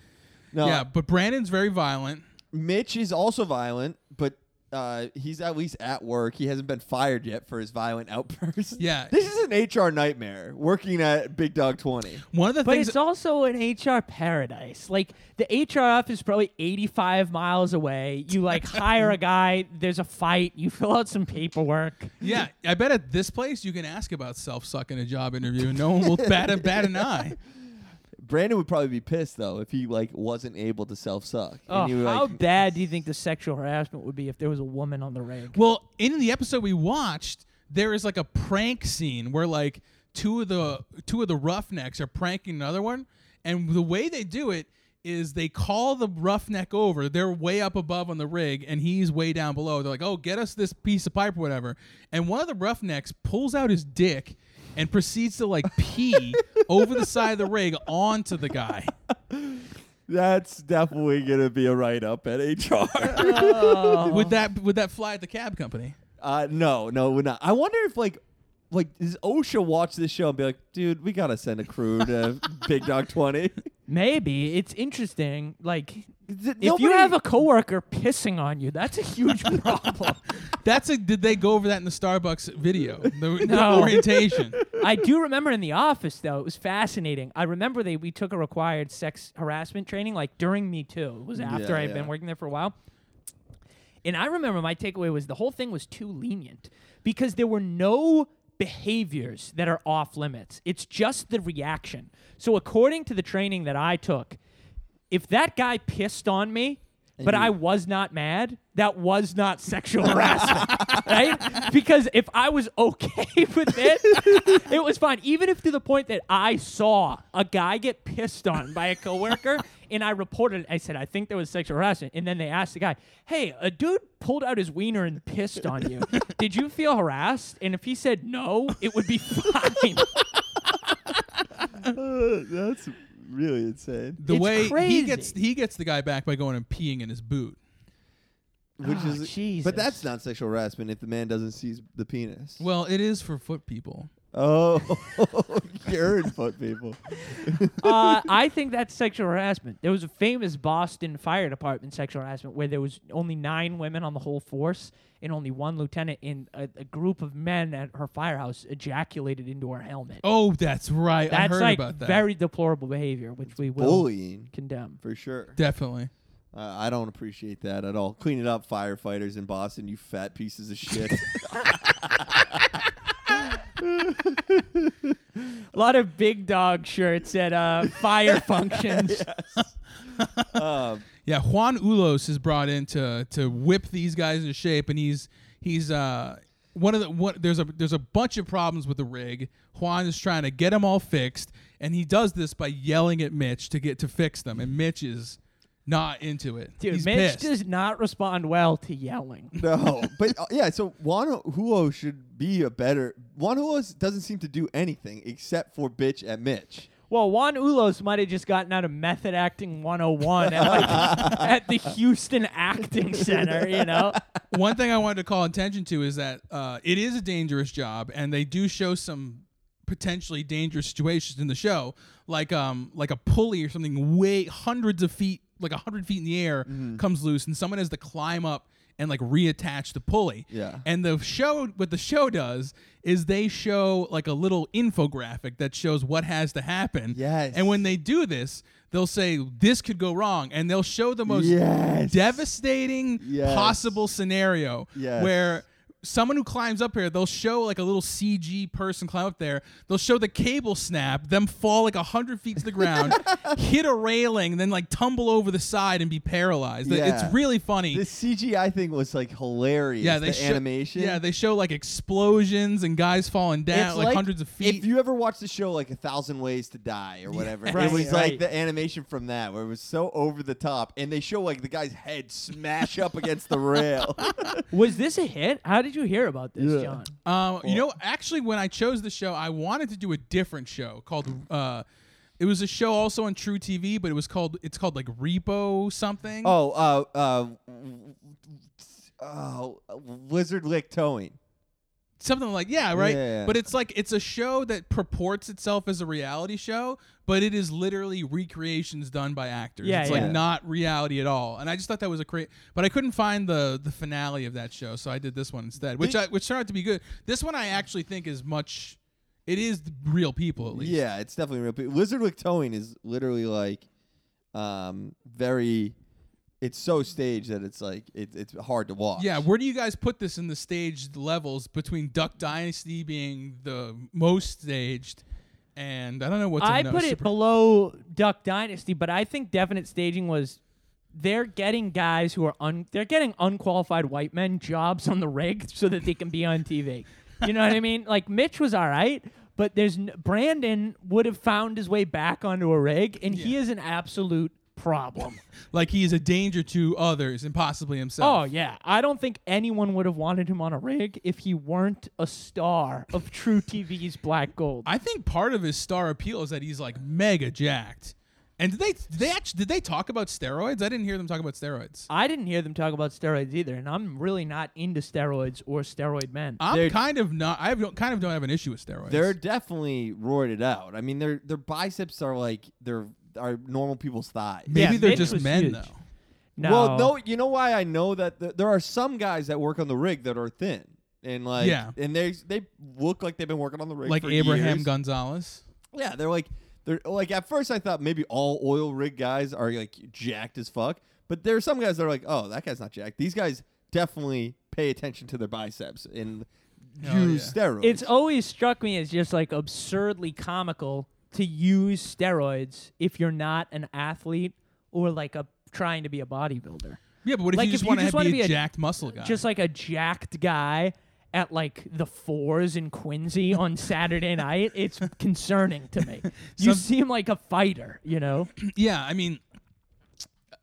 Speaker 4: no,
Speaker 1: yeah, but Brandon's very violent.
Speaker 4: Mitch is also violent, but uh, he's at least at work. He hasn't been fired yet for his violent outbursts.
Speaker 1: Yeah.
Speaker 4: this is an HR nightmare. Working at Big Dog Twenty.
Speaker 1: One of the
Speaker 3: But
Speaker 1: things.
Speaker 3: it's also an HR paradise. Like the HR office is probably 85 miles away. You like hire a guy, there's a fight, you fill out some paperwork.
Speaker 1: yeah, I bet at this place you can ask about self sucking a job interview. and No one will bat a bat an eye.
Speaker 4: Brandon would probably be pissed though if he like wasn't able to self suck.
Speaker 3: Oh,
Speaker 4: he would,
Speaker 3: how
Speaker 4: like,
Speaker 3: bad do you think the sexual harassment would be if there was a woman on the rig?
Speaker 1: Well, in the episode we watched, there is like a prank scene where like two of the two of the roughnecks are pranking another one, and the way they do it is they call the roughneck over. They're way up above on the rig, and he's way down below. They're like, "Oh, get us this piece of pipe or whatever," and one of the roughnecks pulls out his dick and proceeds to like pee over the side of the rig onto the guy.
Speaker 4: That's definitely gonna be a write up at HR.
Speaker 1: Would that would that fly at the cab company?
Speaker 4: Uh, no, no, we're not. I wonder if like, like, does OSHA watch this show and be like, dude, we gotta send a crew to Big Dog Twenty?
Speaker 3: Maybe it's interesting. Like if you have a coworker pissing on you, that's a huge problem.
Speaker 1: That's a. Did they go over that in the Starbucks video? The, the
Speaker 3: No.
Speaker 1: orientation.
Speaker 3: I do remember in the office though, it was fascinating. I remember they we took a required sex harassment training like during Me Too. It was after
Speaker 4: Mm, Yeah,
Speaker 3: I had
Speaker 4: yeah.
Speaker 3: been working there for a while. And I remember my takeaway was the whole thing was too lenient because there were no behaviors that are off limits. It's just the reaction. So according to the training that I took, if that guy pissed on me but I was not mad. That was not sexual harassment, right? Because if I was okay with it, it was fine. Even if to the point that I saw a guy get pissed on by a coworker and I reported, it, I said, I think there was sexual harassment. And then they asked the guy, hey, a dude pulled out his wiener and pissed on you. Did you feel harassed? And if he said no, it would be fine.
Speaker 4: that's really insane.
Speaker 1: the
Speaker 3: It's
Speaker 1: way he
Speaker 3: crazy.
Speaker 1: gets he gets the guy back by going and peeing in his boot.
Speaker 4: Which
Speaker 3: Ah,
Speaker 4: is,
Speaker 3: Jesus.
Speaker 4: but that's not sexual harassment if the man doesn't seize the penis.
Speaker 1: Well, it is for foot people.
Speaker 4: Oh, you're in foot people.
Speaker 3: uh, I think that's sexual harassment. There was a famous Boston fire department sexual harassment where there was only nine women on the whole force and only one lieutenant. And a, a group of men at her firehouse ejaculated into her helmet.
Speaker 1: Oh, that's right. I
Speaker 3: that's
Speaker 1: heard
Speaker 3: like
Speaker 1: about that.
Speaker 3: very deplorable behavior, which we will
Speaker 4: Bullying
Speaker 3: condemn.
Speaker 4: for sure.
Speaker 1: definitely.
Speaker 4: Uh, I don't appreciate that at all. Clean it up, firefighters in Boston. You fat pieces of shit.
Speaker 3: A lot of big dog shirts at uh, fire functions.
Speaker 4: um,
Speaker 1: Yeah, Juan Ulos is brought in to to whip these guys into shape, and he's he's uh one of the what there's a there's a bunch of problems with the rig. Juan is trying to get them all fixed, and he does this by yelling at Mitch to get to fix them, and Mitch is not into it.
Speaker 3: Dude,
Speaker 1: He's
Speaker 3: Mitch
Speaker 1: pissed.
Speaker 3: does not respond well to yelling.
Speaker 4: No, but uh, yeah. So Juan Huo should be a better. Juan Huo doesn't seem to do anything except for bitch at Mitch.
Speaker 3: Well, Juan Ulos might have just gotten out of method acting 101 at, like, at the Houston Acting Center, you know?
Speaker 1: One thing I wanted to call attention to is that uh, it is a dangerous job, and they do show some potentially dangerous situations in the show, like um like a pulley or something way hundreds of feet, like a hundred feet in the air,
Speaker 4: Mm-hmm.
Speaker 1: comes loose, and someone has to climb up and like reattach the pulley.
Speaker 4: Yeah.
Speaker 1: And the show, what the show does is they show like a little infographic that shows what has to happen.
Speaker 4: Yes.
Speaker 1: And when they do this. They'll say this could go wrong, and they'll show the most
Speaker 4: Yes.
Speaker 1: devastating
Speaker 4: Yes.
Speaker 1: possible scenario
Speaker 4: Yes.
Speaker 1: where someone who climbs up here, they'll show like a little CG person climb up there. They'll show the cable snap, them fall like hundred feet to the ground, hit a railing, then like tumble over the side and be paralyzed. Th-
Speaker 4: Yeah.
Speaker 1: It's really funny.
Speaker 4: The CGI thing was like hilarious.
Speaker 1: yeah, they
Speaker 4: the
Speaker 1: show,
Speaker 4: animation.
Speaker 1: Yeah, they show like explosions and guys falling down
Speaker 4: It's
Speaker 1: like, hundreds of feet.
Speaker 4: If you ever watched the show like A Thousand Ways to Die or whatever,
Speaker 3: Right,
Speaker 4: it was
Speaker 3: right.
Speaker 4: like the animation from that where it was so over the top and they show like the guy's head smash up against the rail.
Speaker 3: Was this a hit? How did you hear about this,
Speaker 4: Yeah.
Speaker 3: John?
Speaker 1: Um, you know, actually, when I chose the show, I wanted to do a different show called. Uh, it was a show also on True TV, but it was called. It's called like Repo something.
Speaker 4: oh, uh, uh, oh, Lizard Lick Towing.
Speaker 1: something like yeah, right.
Speaker 4: Yeah.
Speaker 1: But it's like it's a show that purports itself as a reality show, but it is literally recreations done by actors.
Speaker 3: Yeah,
Speaker 1: it's
Speaker 3: yeah.
Speaker 1: like not reality at all. And I just thought that was a great. But I couldn't find the the finale of that show, so I did this one instead, which I, which turned out to be good. This one I actually think is much. It is real people at least.
Speaker 4: Yeah, it's definitely real. But Lizard with towing is literally like, um, very. It's so staged that it's like it, it's hard to watch.
Speaker 1: Yeah, where do you guys put this in the staged levels between Duck Dynasty being the most staged and I don't know what's
Speaker 3: I
Speaker 1: another
Speaker 3: put it
Speaker 1: super-
Speaker 3: below Duck Dynasty, but I think definite staging was they're getting guys who are un they're getting unqualified white men jobs on the rig so that they can be on TV. You know what I mean? Like Mitch was all right, but there's n- Brandon would have found his way back onto a rig, and he is an absolute problem.
Speaker 1: like he is a danger to others and possibly
Speaker 3: oh
Speaker 1: himself.
Speaker 3: yeah, I don't think anyone would have wanted him on a rig if he weren't a star of True TV's Black Gold.
Speaker 1: I think part of his star appeal is that he's like mega jacked. And did they did they actually, did they talk about steroids? I didn't hear them talk about steroids.
Speaker 3: I didn't hear them talk about steroids either, and I'm really not into steroids or steroid men.
Speaker 1: I'm
Speaker 4: They're-
Speaker 1: kind of not. I have, kind of don't have an issue with steroids.
Speaker 4: they're definitely roided out. I mean, their their biceps are like their are normal people's thighs.
Speaker 1: maybe
Speaker 3: Yeah,
Speaker 1: they're
Speaker 3: Mitch
Speaker 1: just
Speaker 3: was
Speaker 1: men
Speaker 3: huge.
Speaker 1: though.
Speaker 3: no.
Speaker 4: Well, no, you know why I know that th- there are some guys that work on the rig that are thin and like,
Speaker 1: Yeah.
Speaker 4: and they they look like they've been working on the rig
Speaker 1: Like
Speaker 4: for
Speaker 1: Abraham
Speaker 4: years.
Speaker 1: Gonzalez.
Speaker 4: Yeah, they're like they're like at first I thought maybe all oil rig guys are like jacked as fuck, but there are some guys that are like, oh, that guy's not jacked. These guys definitely pay attention to their biceps and
Speaker 1: Oh,
Speaker 4: use steroids.
Speaker 3: It's always struck me as just like absurdly comical to use steroids if you're not an athlete or like a trying to be a bodybuilder.
Speaker 1: Yeah, but what if
Speaker 3: Like,
Speaker 1: you
Speaker 3: if
Speaker 1: just
Speaker 3: you
Speaker 1: want
Speaker 3: just
Speaker 1: to
Speaker 3: wanna
Speaker 1: be
Speaker 3: be
Speaker 1: a
Speaker 3: a-
Speaker 1: jacked muscle guy?
Speaker 3: Just like a jacked guy at like the fours in Quincy on Saturday night, it's concerning to me. You seem like a fighter, you know?
Speaker 1: yeah i mean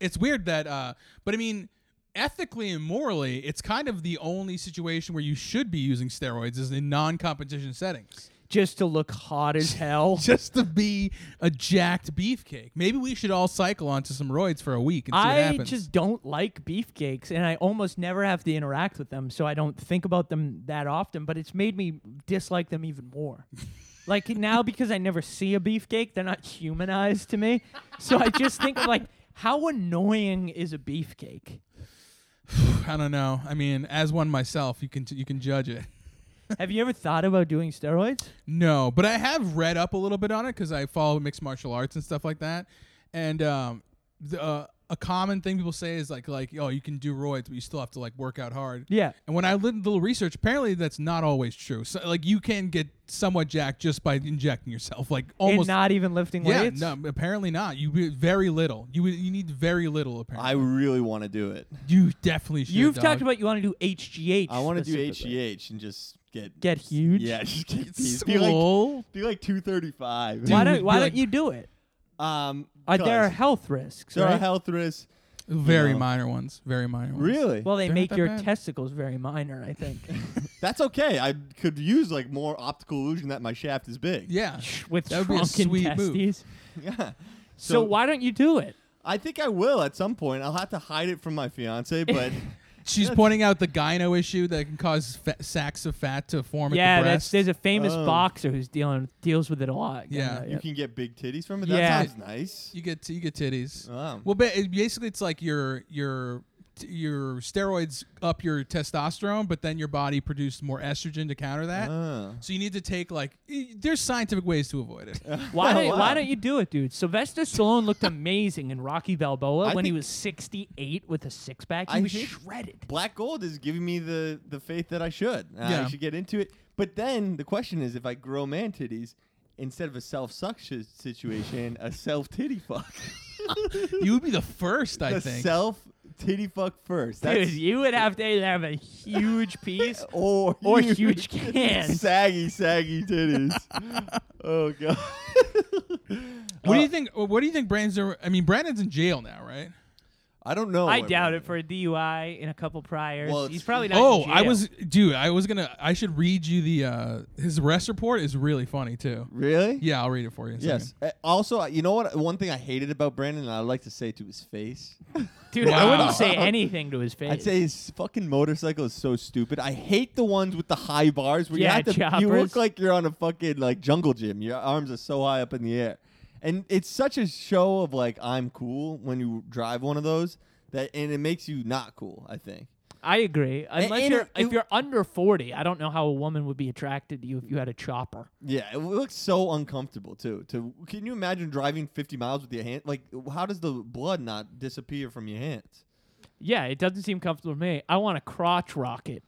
Speaker 1: it's weird that uh but i mean ethically and morally it's kind of the only situation where you should be using steroids is in non-competition settings
Speaker 3: Just to look hot as hell.
Speaker 1: just to be a jacked beefcake maybe we should all cycle onto some roids for a week and see what
Speaker 3: I
Speaker 1: happens
Speaker 3: just don't like beefcakes, and I almost never have to interact with them, so I don't think about them that often. But it's made me dislike them even more. like now, because I never see a beefcake, they're not humanized to me. So I just think of like, how annoying is a beefcake?
Speaker 1: i don't know i mean as one myself you can you can judge it
Speaker 3: Have you ever thought about doing steroids?
Speaker 1: No, but I have read up a little bit on it because I follow mixed martial arts and stuff like that. And um, the, uh, a common thing people say is like, like, oh, you can do roids, but you still have to like work out hard.
Speaker 3: Yeah.
Speaker 1: And when I did a little research, apparently that's not always true. So like, you can get somewhat jacked just by injecting yourself, like
Speaker 3: and
Speaker 1: almost.
Speaker 3: not even lifting
Speaker 1: yeah,
Speaker 3: weights.
Speaker 1: no, apparently not. You be- very little. You you need very little. Apparently,
Speaker 4: I really want to do it.
Speaker 1: you definitely should.
Speaker 3: You've
Speaker 1: dog.
Speaker 3: talked about you want to do HGH.
Speaker 4: I want to do
Speaker 3: specifically.
Speaker 4: HGH and just get
Speaker 3: Get huge?
Speaker 4: Yeah, just get huge. Be like
Speaker 1: swole.
Speaker 4: be like two thirty five.
Speaker 3: Why
Speaker 1: Dude,
Speaker 3: don't Why
Speaker 1: be
Speaker 3: don't
Speaker 1: like-
Speaker 3: you do it?
Speaker 4: Um,
Speaker 3: Uh, there are
Speaker 4: because
Speaker 3: health risks.
Speaker 4: there are
Speaker 3: right?
Speaker 4: health risks.
Speaker 1: Very
Speaker 4: know.
Speaker 1: minor ones. Very minor ones.
Speaker 4: Really?
Speaker 3: Well, they
Speaker 1: They're not
Speaker 3: make
Speaker 1: that
Speaker 3: your
Speaker 1: bad.
Speaker 3: testicles very minor, I think,
Speaker 4: that's okay. I could use like more optical illusion that my shaft is big.
Speaker 1: Yeah.
Speaker 3: with
Speaker 1: That would be a
Speaker 3: shrunken
Speaker 1: sweet move.
Speaker 3: testes.
Speaker 4: Yeah.
Speaker 3: So, why don't you do it?
Speaker 4: I think I will at some point. I'll have to hide it from my fiance, but
Speaker 1: She's pointing out the gyno issue that can cause fa- sacks of fat to form
Speaker 3: yeah,
Speaker 1: at the
Speaker 3: that's
Speaker 1: breast.
Speaker 3: there's a famous
Speaker 4: Oh.
Speaker 3: boxer who's dealing deals with it a lot.
Speaker 1: Yeah.
Speaker 4: you can get big titties from it. That
Speaker 3: Yeah.
Speaker 4: sounds nice.
Speaker 1: you get you get titties.
Speaker 4: Wow.
Speaker 1: Well, ba- it- basically, it's like your your t- your steroids up your testosterone, but then your body produced more estrogen to counter that.
Speaker 4: Oh.
Speaker 1: So you need to take like y- there's scientific ways to avoid it.
Speaker 3: Why, don't,
Speaker 4: wow.
Speaker 3: why don't you do it, dude? Sylvester Stallone looked amazing in Rocky Balboa
Speaker 4: I
Speaker 3: when he
Speaker 4: think-
Speaker 3: was 68 with a six pack. He
Speaker 4: I
Speaker 3: was
Speaker 4: think-
Speaker 3: shredded.
Speaker 4: Black gold is giving me the the faith that I should. Uh,
Speaker 1: Yeah.
Speaker 4: I should get into it. But then the question is, if I grow man titties instead of a self suck situation, a self titty fuck.
Speaker 1: you would be the first, I
Speaker 4: a
Speaker 1: think.
Speaker 4: self titty fuck first.
Speaker 3: Dude,
Speaker 4: That's
Speaker 3: you would have to have a huge piece.
Speaker 4: or
Speaker 3: or huge cans.
Speaker 4: saggy, saggy titties. oh god.
Speaker 1: what
Speaker 4: Oh.
Speaker 1: do you think? uh, What do you think? Brandon's. Are, I mean, Brandon's in jail now, right?
Speaker 4: I don't know.
Speaker 3: I
Speaker 4: what
Speaker 3: doubt
Speaker 4: we're
Speaker 3: it for a DUI and a couple priors.
Speaker 4: Well,
Speaker 3: He's
Speaker 4: it's-
Speaker 3: probably not. in
Speaker 1: Oh, I
Speaker 3: jail.
Speaker 1: was, dude. I was gonna. I should read you the uh his arrest report is really funny too.
Speaker 4: Really?
Speaker 1: Yeah, I'll read it for you. in a
Speaker 4: Yes.
Speaker 1: second.
Speaker 4: Uh, Also, uh, you know what? One thing I hated about Brandon, and I'd like to say to his face,
Speaker 3: dude. I wouldn't say anything to his face.
Speaker 4: I'd say his fucking motorcycle is so stupid. I hate the ones with the high bars where
Speaker 3: Yeah,
Speaker 4: you have to. You
Speaker 3: choppers.
Speaker 4: look like you're on a fucking like jungle gym. Your arms are so high up in the air, and it's such a show of like I'm cool when you drive one of those that, and it makes you not cool. I think.
Speaker 3: I agree. Unless
Speaker 4: and
Speaker 3: you're,
Speaker 4: it-
Speaker 3: if
Speaker 4: it-
Speaker 3: you're under 40, I don't know how a woman would be attracted to you if you had a chopper.
Speaker 4: Yeah, it looks so uncomfortable too. To can you imagine driving 50 miles with your hand? Like, how does the blood not disappear from your hands?
Speaker 3: Yeah, it doesn't seem comfortable to me. I want a crotch rocket.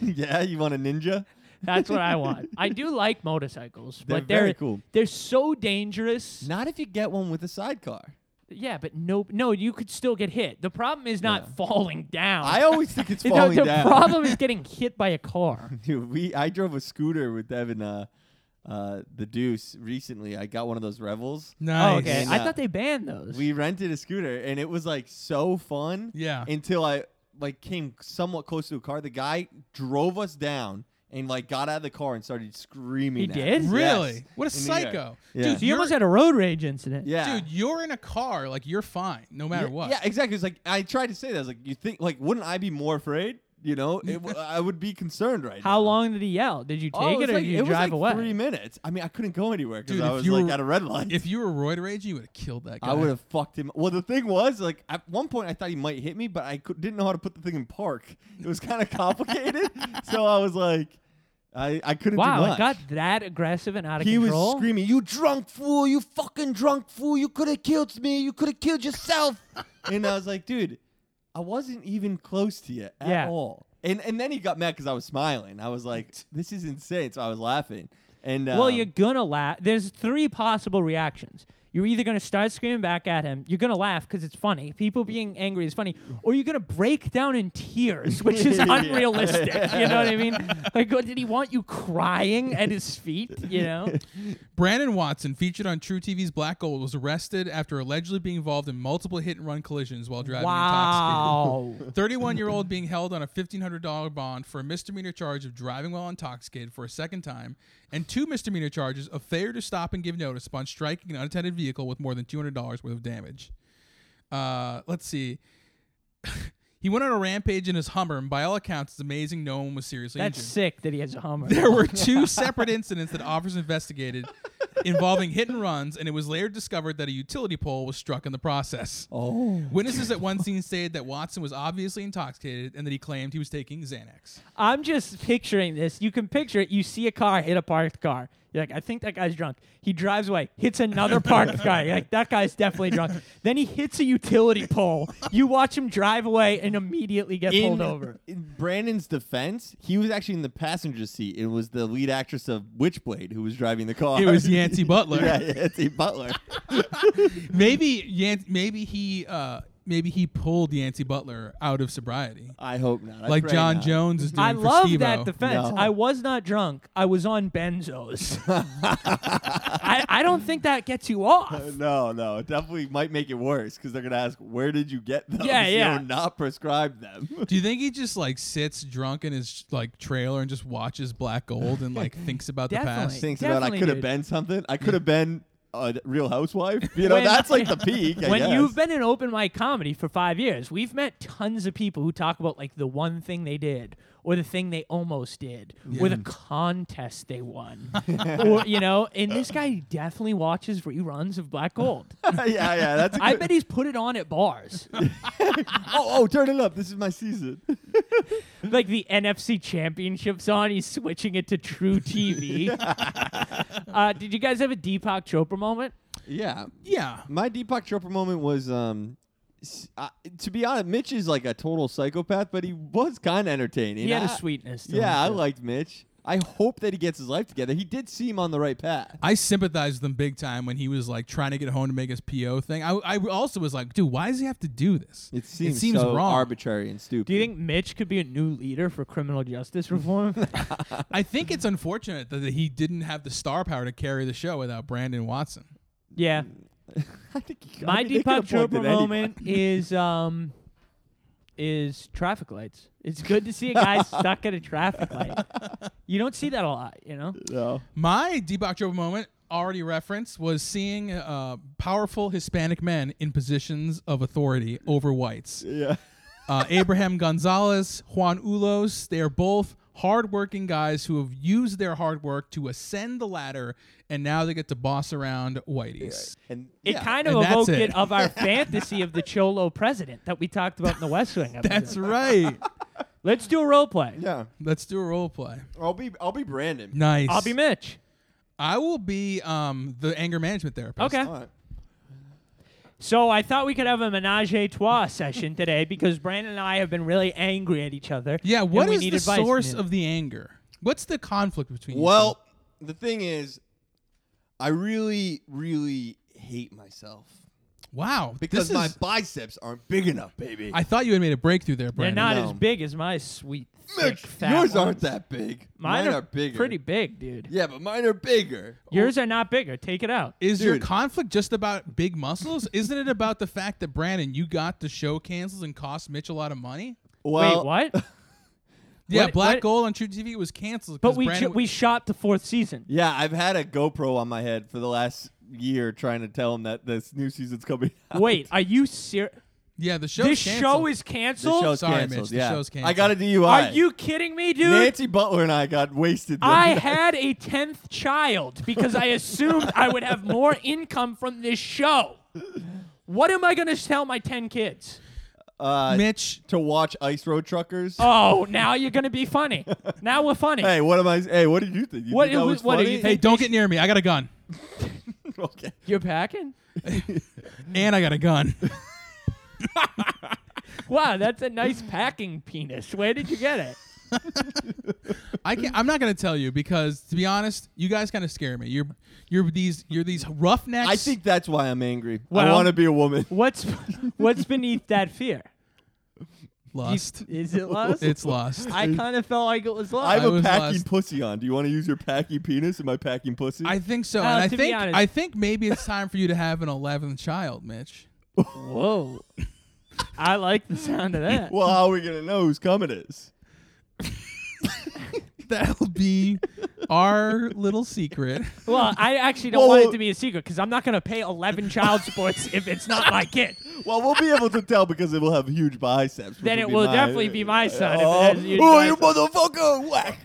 Speaker 4: yeah, you want a ninja?
Speaker 3: That's what I want. I do like motorcycles,
Speaker 4: They're
Speaker 3: but they're
Speaker 4: very cool.
Speaker 3: They're so dangerous.
Speaker 4: Not if you get one with a sidecar.
Speaker 3: Yeah, but no, no, you could still get hit. The problem is not falling down.
Speaker 4: I always think it's
Speaker 3: You know,
Speaker 4: falling
Speaker 3: the
Speaker 4: down.
Speaker 3: problem is getting hit by a car.
Speaker 4: Dude, we I drove a scooter with Devin, uh, uh, the Deuce recently. I got one of those Revels.
Speaker 1: Nice.
Speaker 3: Oh, okay.
Speaker 4: And,
Speaker 3: I
Speaker 4: uh,
Speaker 3: thought they banned those.
Speaker 4: We rented a scooter and it was like so fun.
Speaker 1: Yeah.
Speaker 4: Until I like came somewhat close to a car. The guy drove us down and like got out of the car and started screaming.
Speaker 3: He
Speaker 4: at
Speaker 3: did?
Speaker 4: us.
Speaker 1: Really?
Speaker 4: Yes.
Speaker 1: What a
Speaker 4: In the air.
Speaker 1: psycho.
Speaker 4: Yeah.
Speaker 1: Dude,
Speaker 3: so you
Speaker 1: you're-
Speaker 3: almost had a road rage incident.
Speaker 4: Yeah.
Speaker 1: Dude, you're in a car. Like you're fine, no matter
Speaker 4: Yeah,
Speaker 1: what.
Speaker 4: Yeah, exactly. It's like I tried to say that. I was like, you think like wouldn't I be more afraid? You know, it, w- I would be concerned right now.
Speaker 3: How long did he yell? Did you take
Speaker 4: Oh,
Speaker 3: it,
Speaker 4: was
Speaker 3: or
Speaker 4: like,
Speaker 3: did you
Speaker 4: it was
Speaker 3: drive
Speaker 4: like
Speaker 3: away?
Speaker 4: Three minutes. I mean, I couldn't go anywhere because
Speaker 1: Dude,
Speaker 4: I
Speaker 1: if
Speaker 4: was
Speaker 1: you
Speaker 4: like
Speaker 1: were-
Speaker 4: at a red light.
Speaker 1: If you were roid raging, you would have killed that guy.
Speaker 4: I would have fucked him. Well, the thing was, like, at one point I thought he might hit me, but I could, didn't know how to put the thing in park. It was kind of complicated, so I was like, I, I couldn't. do
Speaker 3: Wow,
Speaker 4: much.
Speaker 3: it got that aggressive and out of
Speaker 4: He
Speaker 3: control.
Speaker 4: was screaming, "You drunk fool! You fucking drunk fool! You could have killed me! You could have killed yourself!" and I was like, "Dude, I wasn't even close to you at
Speaker 3: Yeah.
Speaker 4: all." And and then he got mad because I was smiling. I was like, "This is insane!" So I was laughing. And um,
Speaker 3: well, you're gonna laugh. There's three possible reactions. You're either gonna start screaming back at him. You're gonna laugh because it's funny. People being angry is funny. Or you're gonna break down in tears, which is
Speaker 4: Yeah.
Speaker 3: unrealistic. you know what I mean? Like, what, did he want you crying at his feet? You know?
Speaker 1: Brandon Watson, featured on True TV's Black Gold, was arrested after allegedly being involved in multiple hit and run collisions while driving
Speaker 3: Wow.
Speaker 1: intoxicated. 31 year old being held on a $1,500 bond for a misdemeanor charge of driving while intoxicated for a second time, and two misdemeanor charges of failure to stop and give notice upon striking an unattended vehicle with more than $200 worth of damage. Uh, let's see. he went on a rampage in his Hummer, and by all accounts, it's amazing no one was seriously
Speaker 3: That's
Speaker 1: injured.
Speaker 3: sick that he has a Hummer.
Speaker 1: There were two separate incidents that officers investigated involving hit and runs, and it was later discovered that a utility pole was struck in the process.
Speaker 4: oh,
Speaker 1: Witnesses at one scene stated that Watson was obviously intoxicated and that he claimed he was taking Xanax.
Speaker 3: I'm just picturing this. You can picture it. You see a car hit a parked car. You're like, I think that guy's drunk. He drives away, hits another parked car. You're like, that guy's definitely drunk. Then he hits a utility pole. You watch him drive away and immediately get pulled over.
Speaker 4: in Brandon's defense, he was actually in the passenger seat. It was the lead actress of Witchblade who was driving the car.
Speaker 1: It was Yancey Butler.
Speaker 4: yeah, Yancy Butler.
Speaker 1: Maybe Yan- maybe he uh, maybe he pulled Yancey Butler out of sobriety,
Speaker 4: I hope not. I
Speaker 1: like
Speaker 4: pray
Speaker 1: John
Speaker 4: not.
Speaker 1: Jones is doing
Speaker 3: I
Speaker 1: for
Speaker 3: love
Speaker 1: Steve-O.
Speaker 3: that defense.
Speaker 4: No.
Speaker 3: I was not drunk. I was on benzos. I, I don't think that gets you off.
Speaker 4: No, no, it definitely might make it worse because they're gonna ask, "Where did you get them?"
Speaker 3: Yeah, yeah.
Speaker 4: You're not prescribed them.
Speaker 1: Do you think he just like sits drunk in his like trailer and just watches Black Gold and like thinks about the past?
Speaker 3: Definitely.
Speaker 4: Thinks about, I
Speaker 3: Definitely,
Speaker 4: could have
Speaker 3: dude.
Speaker 4: been something. I could have been a Real Housewife. You know,
Speaker 3: When-
Speaker 4: that's like the peak. I
Speaker 3: when
Speaker 4: guess.
Speaker 3: you've been in open mic comedy for five years, we've met tons of people who talk about like the one thing they did, or the thing they almost did, or the contest they won, or you know. And this guy definitely watches reruns of Black Gold.
Speaker 4: yeah, yeah. That's. A
Speaker 3: I
Speaker 4: good-
Speaker 3: bet he's put it on at bars,
Speaker 4: oh, oh, turn it up. This is my season.
Speaker 3: like the NFC Championships on. He's switching it to True TV. uh, did you guys have a Deepak Chopra moment?
Speaker 4: yeah,
Speaker 1: Yeah.
Speaker 4: my Deepak Chopra moment was um. s- I to be honest, Mitch is like a total psychopath, but he was kind of entertaining.
Speaker 3: He had a
Speaker 4: I-
Speaker 3: sweetness. To
Speaker 4: Yeah,
Speaker 3: him,
Speaker 4: I
Speaker 3: too.
Speaker 4: liked Mitch. I hope that he gets his life together. He did seem on the right path.
Speaker 1: I sympathized with him big time when he was like trying to get home to make his PO thing. I, I also was like, dude, why does he have to do this?
Speaker 4: It seems,
Speaker 1: it seems
Speaker 4: so
Speaker 1: wrong.
Speaker 4: arbitrary and stupid.
Speaker 3: Do you think Mitch could be a new leader for criminal justice reform?
Speaker 1: I think it's unfortunate that he didn't have the star power to carry the show without Brandon Watson.
Speaker 3: yeah.
Speaker 4: I think he- I
Speaker 3: My
Speaker 4: mean, they
Speaker 3: Deepak
Speaker 4: could have
Speaker 3: Chopra
Speaker 4: appointed anyone.
Speaker 3: moment is um is traffic lights. It's good to see a guy stuck at a traffic light. You don't see that a lot, you know.
Speaker 4: No.
Speaker 1: My Deepak Chopra moment, already referenced, was seeing uh, powerful Hispanic men in positions of authority over whites.
Speaker 4: Yeah.
Speaker 1: Uh, Abraham Gonzalez, Juan Ulos, they are both hardworking guys who have used their hard work to ascend the ladder, and now they get to boss around whiteies.
Speaker 4: And
Speaker 3: It
Speaker 4: yeah.
Speaker 3: kind of
Speaker 1: and that's
Speaker 3: evoked
Speaker 1: it.
Speaker 3: it. of our fantasy of the Cholo president that we talked about in the West Wing. Episode.
Speaker 1: That's right.
Speaker 3: Let's do a role play.
Speaker 4: Yeah.
Speaker 1: Let's do a role play.
Speaker 4: I'll be I'll be Brandon.
Speaker 1: Nice.
Speaker 3: I'll be Mitch.
Speaker 1: I will be um, the anger management therapist.
Speaker 3: Okay.
Speaker 4: All right.
Speaker 3: So I thought we could have a menage a trois session today because Brandon and I have been really angry at each other.
Speaker 1: Yeah.
Speaker 3: and
Speaker 1: What
Speaker 3: we
Speaker 1: is
Speaker 3: need
Speaker 1: the
Speaker 3: advice from
Speaker 1: source
Speaker 3: you.
Speaker 1: of the anger? What's the conflict between? you
Speaker 4: Well, the thing is, I really, really hate myself.
Speaker 1: two? Wow.
Speaker 4: Because
Speaker 1: this
Speaker 4: my
Speaker 1: is-
Speaker 4: biceps aren't big enough, baby.
Speaker 1: I thought you had made a breakthrough there,
Speaker 3: They're
Speaker 1: Brandon.
Speaker 3: not as
Speaker 4: No.
Speaker 3: big as my sweet thick
Speaker 4: Mitch,
Speaker 3: fat
Speaker 4: yours
Speaker 3: ones.
Speaker 4: aren't that big.
Speaker 3: Mine, are,
Speaker 4: bigger.
Speaker 3: pretty big, dude.
Speaker 4: Yeah, but mine are bigger.
Speaker 3: Yours are not bigger. Take it out.
Speaker 1: Is your
Speaker 4: Dude.
Speaker 1: conflict just about big muscles? Isn't it about the fact that Brandon, you got the show canceled and cost Mitch a lot of money?
Speaker 4: Well,
Speaker 3: Wait, what?
Speaker 1: Yeah,
Speaker 3: What-
Speaker 1: Black
Speaker 3: what-
Speaker 1: Gold on True TV was canceled. 'cause
Speaker 3: But we ju-
Speaker 1: Brandon
Speaker 3: we shot the fourth season.
Speaker 4: Yeah, I've had a GoPro on my head for the last year trying to tell him that this new season's coming. out.
Speaker 3: Wait, are you serious?
Speaker 1: yeah, the show.
Speaker 3: This show is canceled.
Speaker 4: show's
Speaker 1: Sorry,
Speaker 4: canceled.
Speaker 1: Mitch, the
Speaker 4: yeah.
Speaker 1: show's
Speaker 4: I got a DUI.
Speaker 3: are you kidding me, dude?
Speaker 4: Nancy Butler and I got wasted. the
Speaker 3: I
Speaker 4: other night.
Speaker 3: had a tenth child because I assumed I would have more income from this show. What am I going to tell my ten kids?
Speaker 4: uh,
Speaker 1: Mitch.
Speaker 4: to watch Ice Road Truckers.
Speaker 3: Oh, now you're going to be funny. Now we're funny.
Speaker 4: Hey, what am I? Hey, what did you think? You
Speaker 3: What-
Speaker 4: think that was
Speaker 3: what do
Speaker 4: funny?
Speaker 3: you
Speaker 1: Hey,
Speaker 3: think-
Speaker 1: don't get near me. I got a gun,
Speaker 4: okay.
Speaker 3: You're packing?
Speaker 1: and I got a gun.
Speaker 3: Wow, that's a nice packing penis. Where did you get it?
Speaker 1: I can't, I'm not gonna tell you because, to be honest, you guys kind of scare me. You're you're these you're these roughnecks.
Speaker 4: I think that's why I'm angry. I
Speaker 3: Well-
Speaker 4: want to be a woman.
Speaker 3: What's what's beneath that fear?
Speaker 1: lust.
Speaker 3: Is it lust?
Speaker 1: It's lust.
Speaker 3: I kind of felt like it was
Speaker 4: I
Speaker 3: lust.
Speaker 4: have
Speaker 1: I
Speaker 4: a
Speaker 1: was
Speaker 4: packing
Speaker 1: last-
Speaker 4: pussy on. Do you want to use your packing penis in my packing pussy?
Speaker 1: I think so,
Speaker 3: Uh,
Speaker 1: and I
Speaker 3: to be
Speaker 1: think
Speaker 3: honest-
Speaker 1: I think maybe it's time for you to have an 11th child, Mitch.
Speaker 3: Whoa. I like the sound of that.
Speaker 4: well, how are we gonna know who's coming is?
Speaker 1: That'll be our little secret.
Speaker 3: Well, I actually don't
Speaker 4: Whoa,
Speaker 3: want
Speaker 4: whoa.
Speaker 3: it to be a secret because I'm not going to pay 11 child supports if it's not my kid.
Speaker 4: Well, we'll be able to tell because it will have huge biceps. which
Speaker 3: Then it
Speaker 4: be
Speaker 3: will
Speaker 4: my-
Speaker 3: definitely be my son if it
Speaker 4: Oh,
Speaker 3: has huge
Speaker 4: oh, you
Speaker 3: biceps.
Speaker 4: motherfucker! Whack.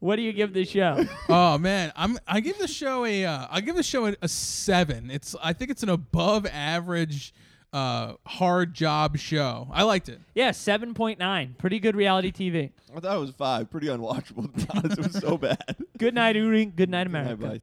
Speaker 3: What do you give the show?
Speaker 1: Oh man, I'm I give the show a uh, I give the show a, a seven. It's I think it's an above average uh, hard job show. I liked it.
Speaker 3: Yeah, 7.9. Pretty good reality TV.
Speaker 4: I thought it was five. Pretty unwatchable. to be honest. it was so bad.
Speaker 3: Good night, Uri. Good night, America.
Speaker 4: Bye-bye.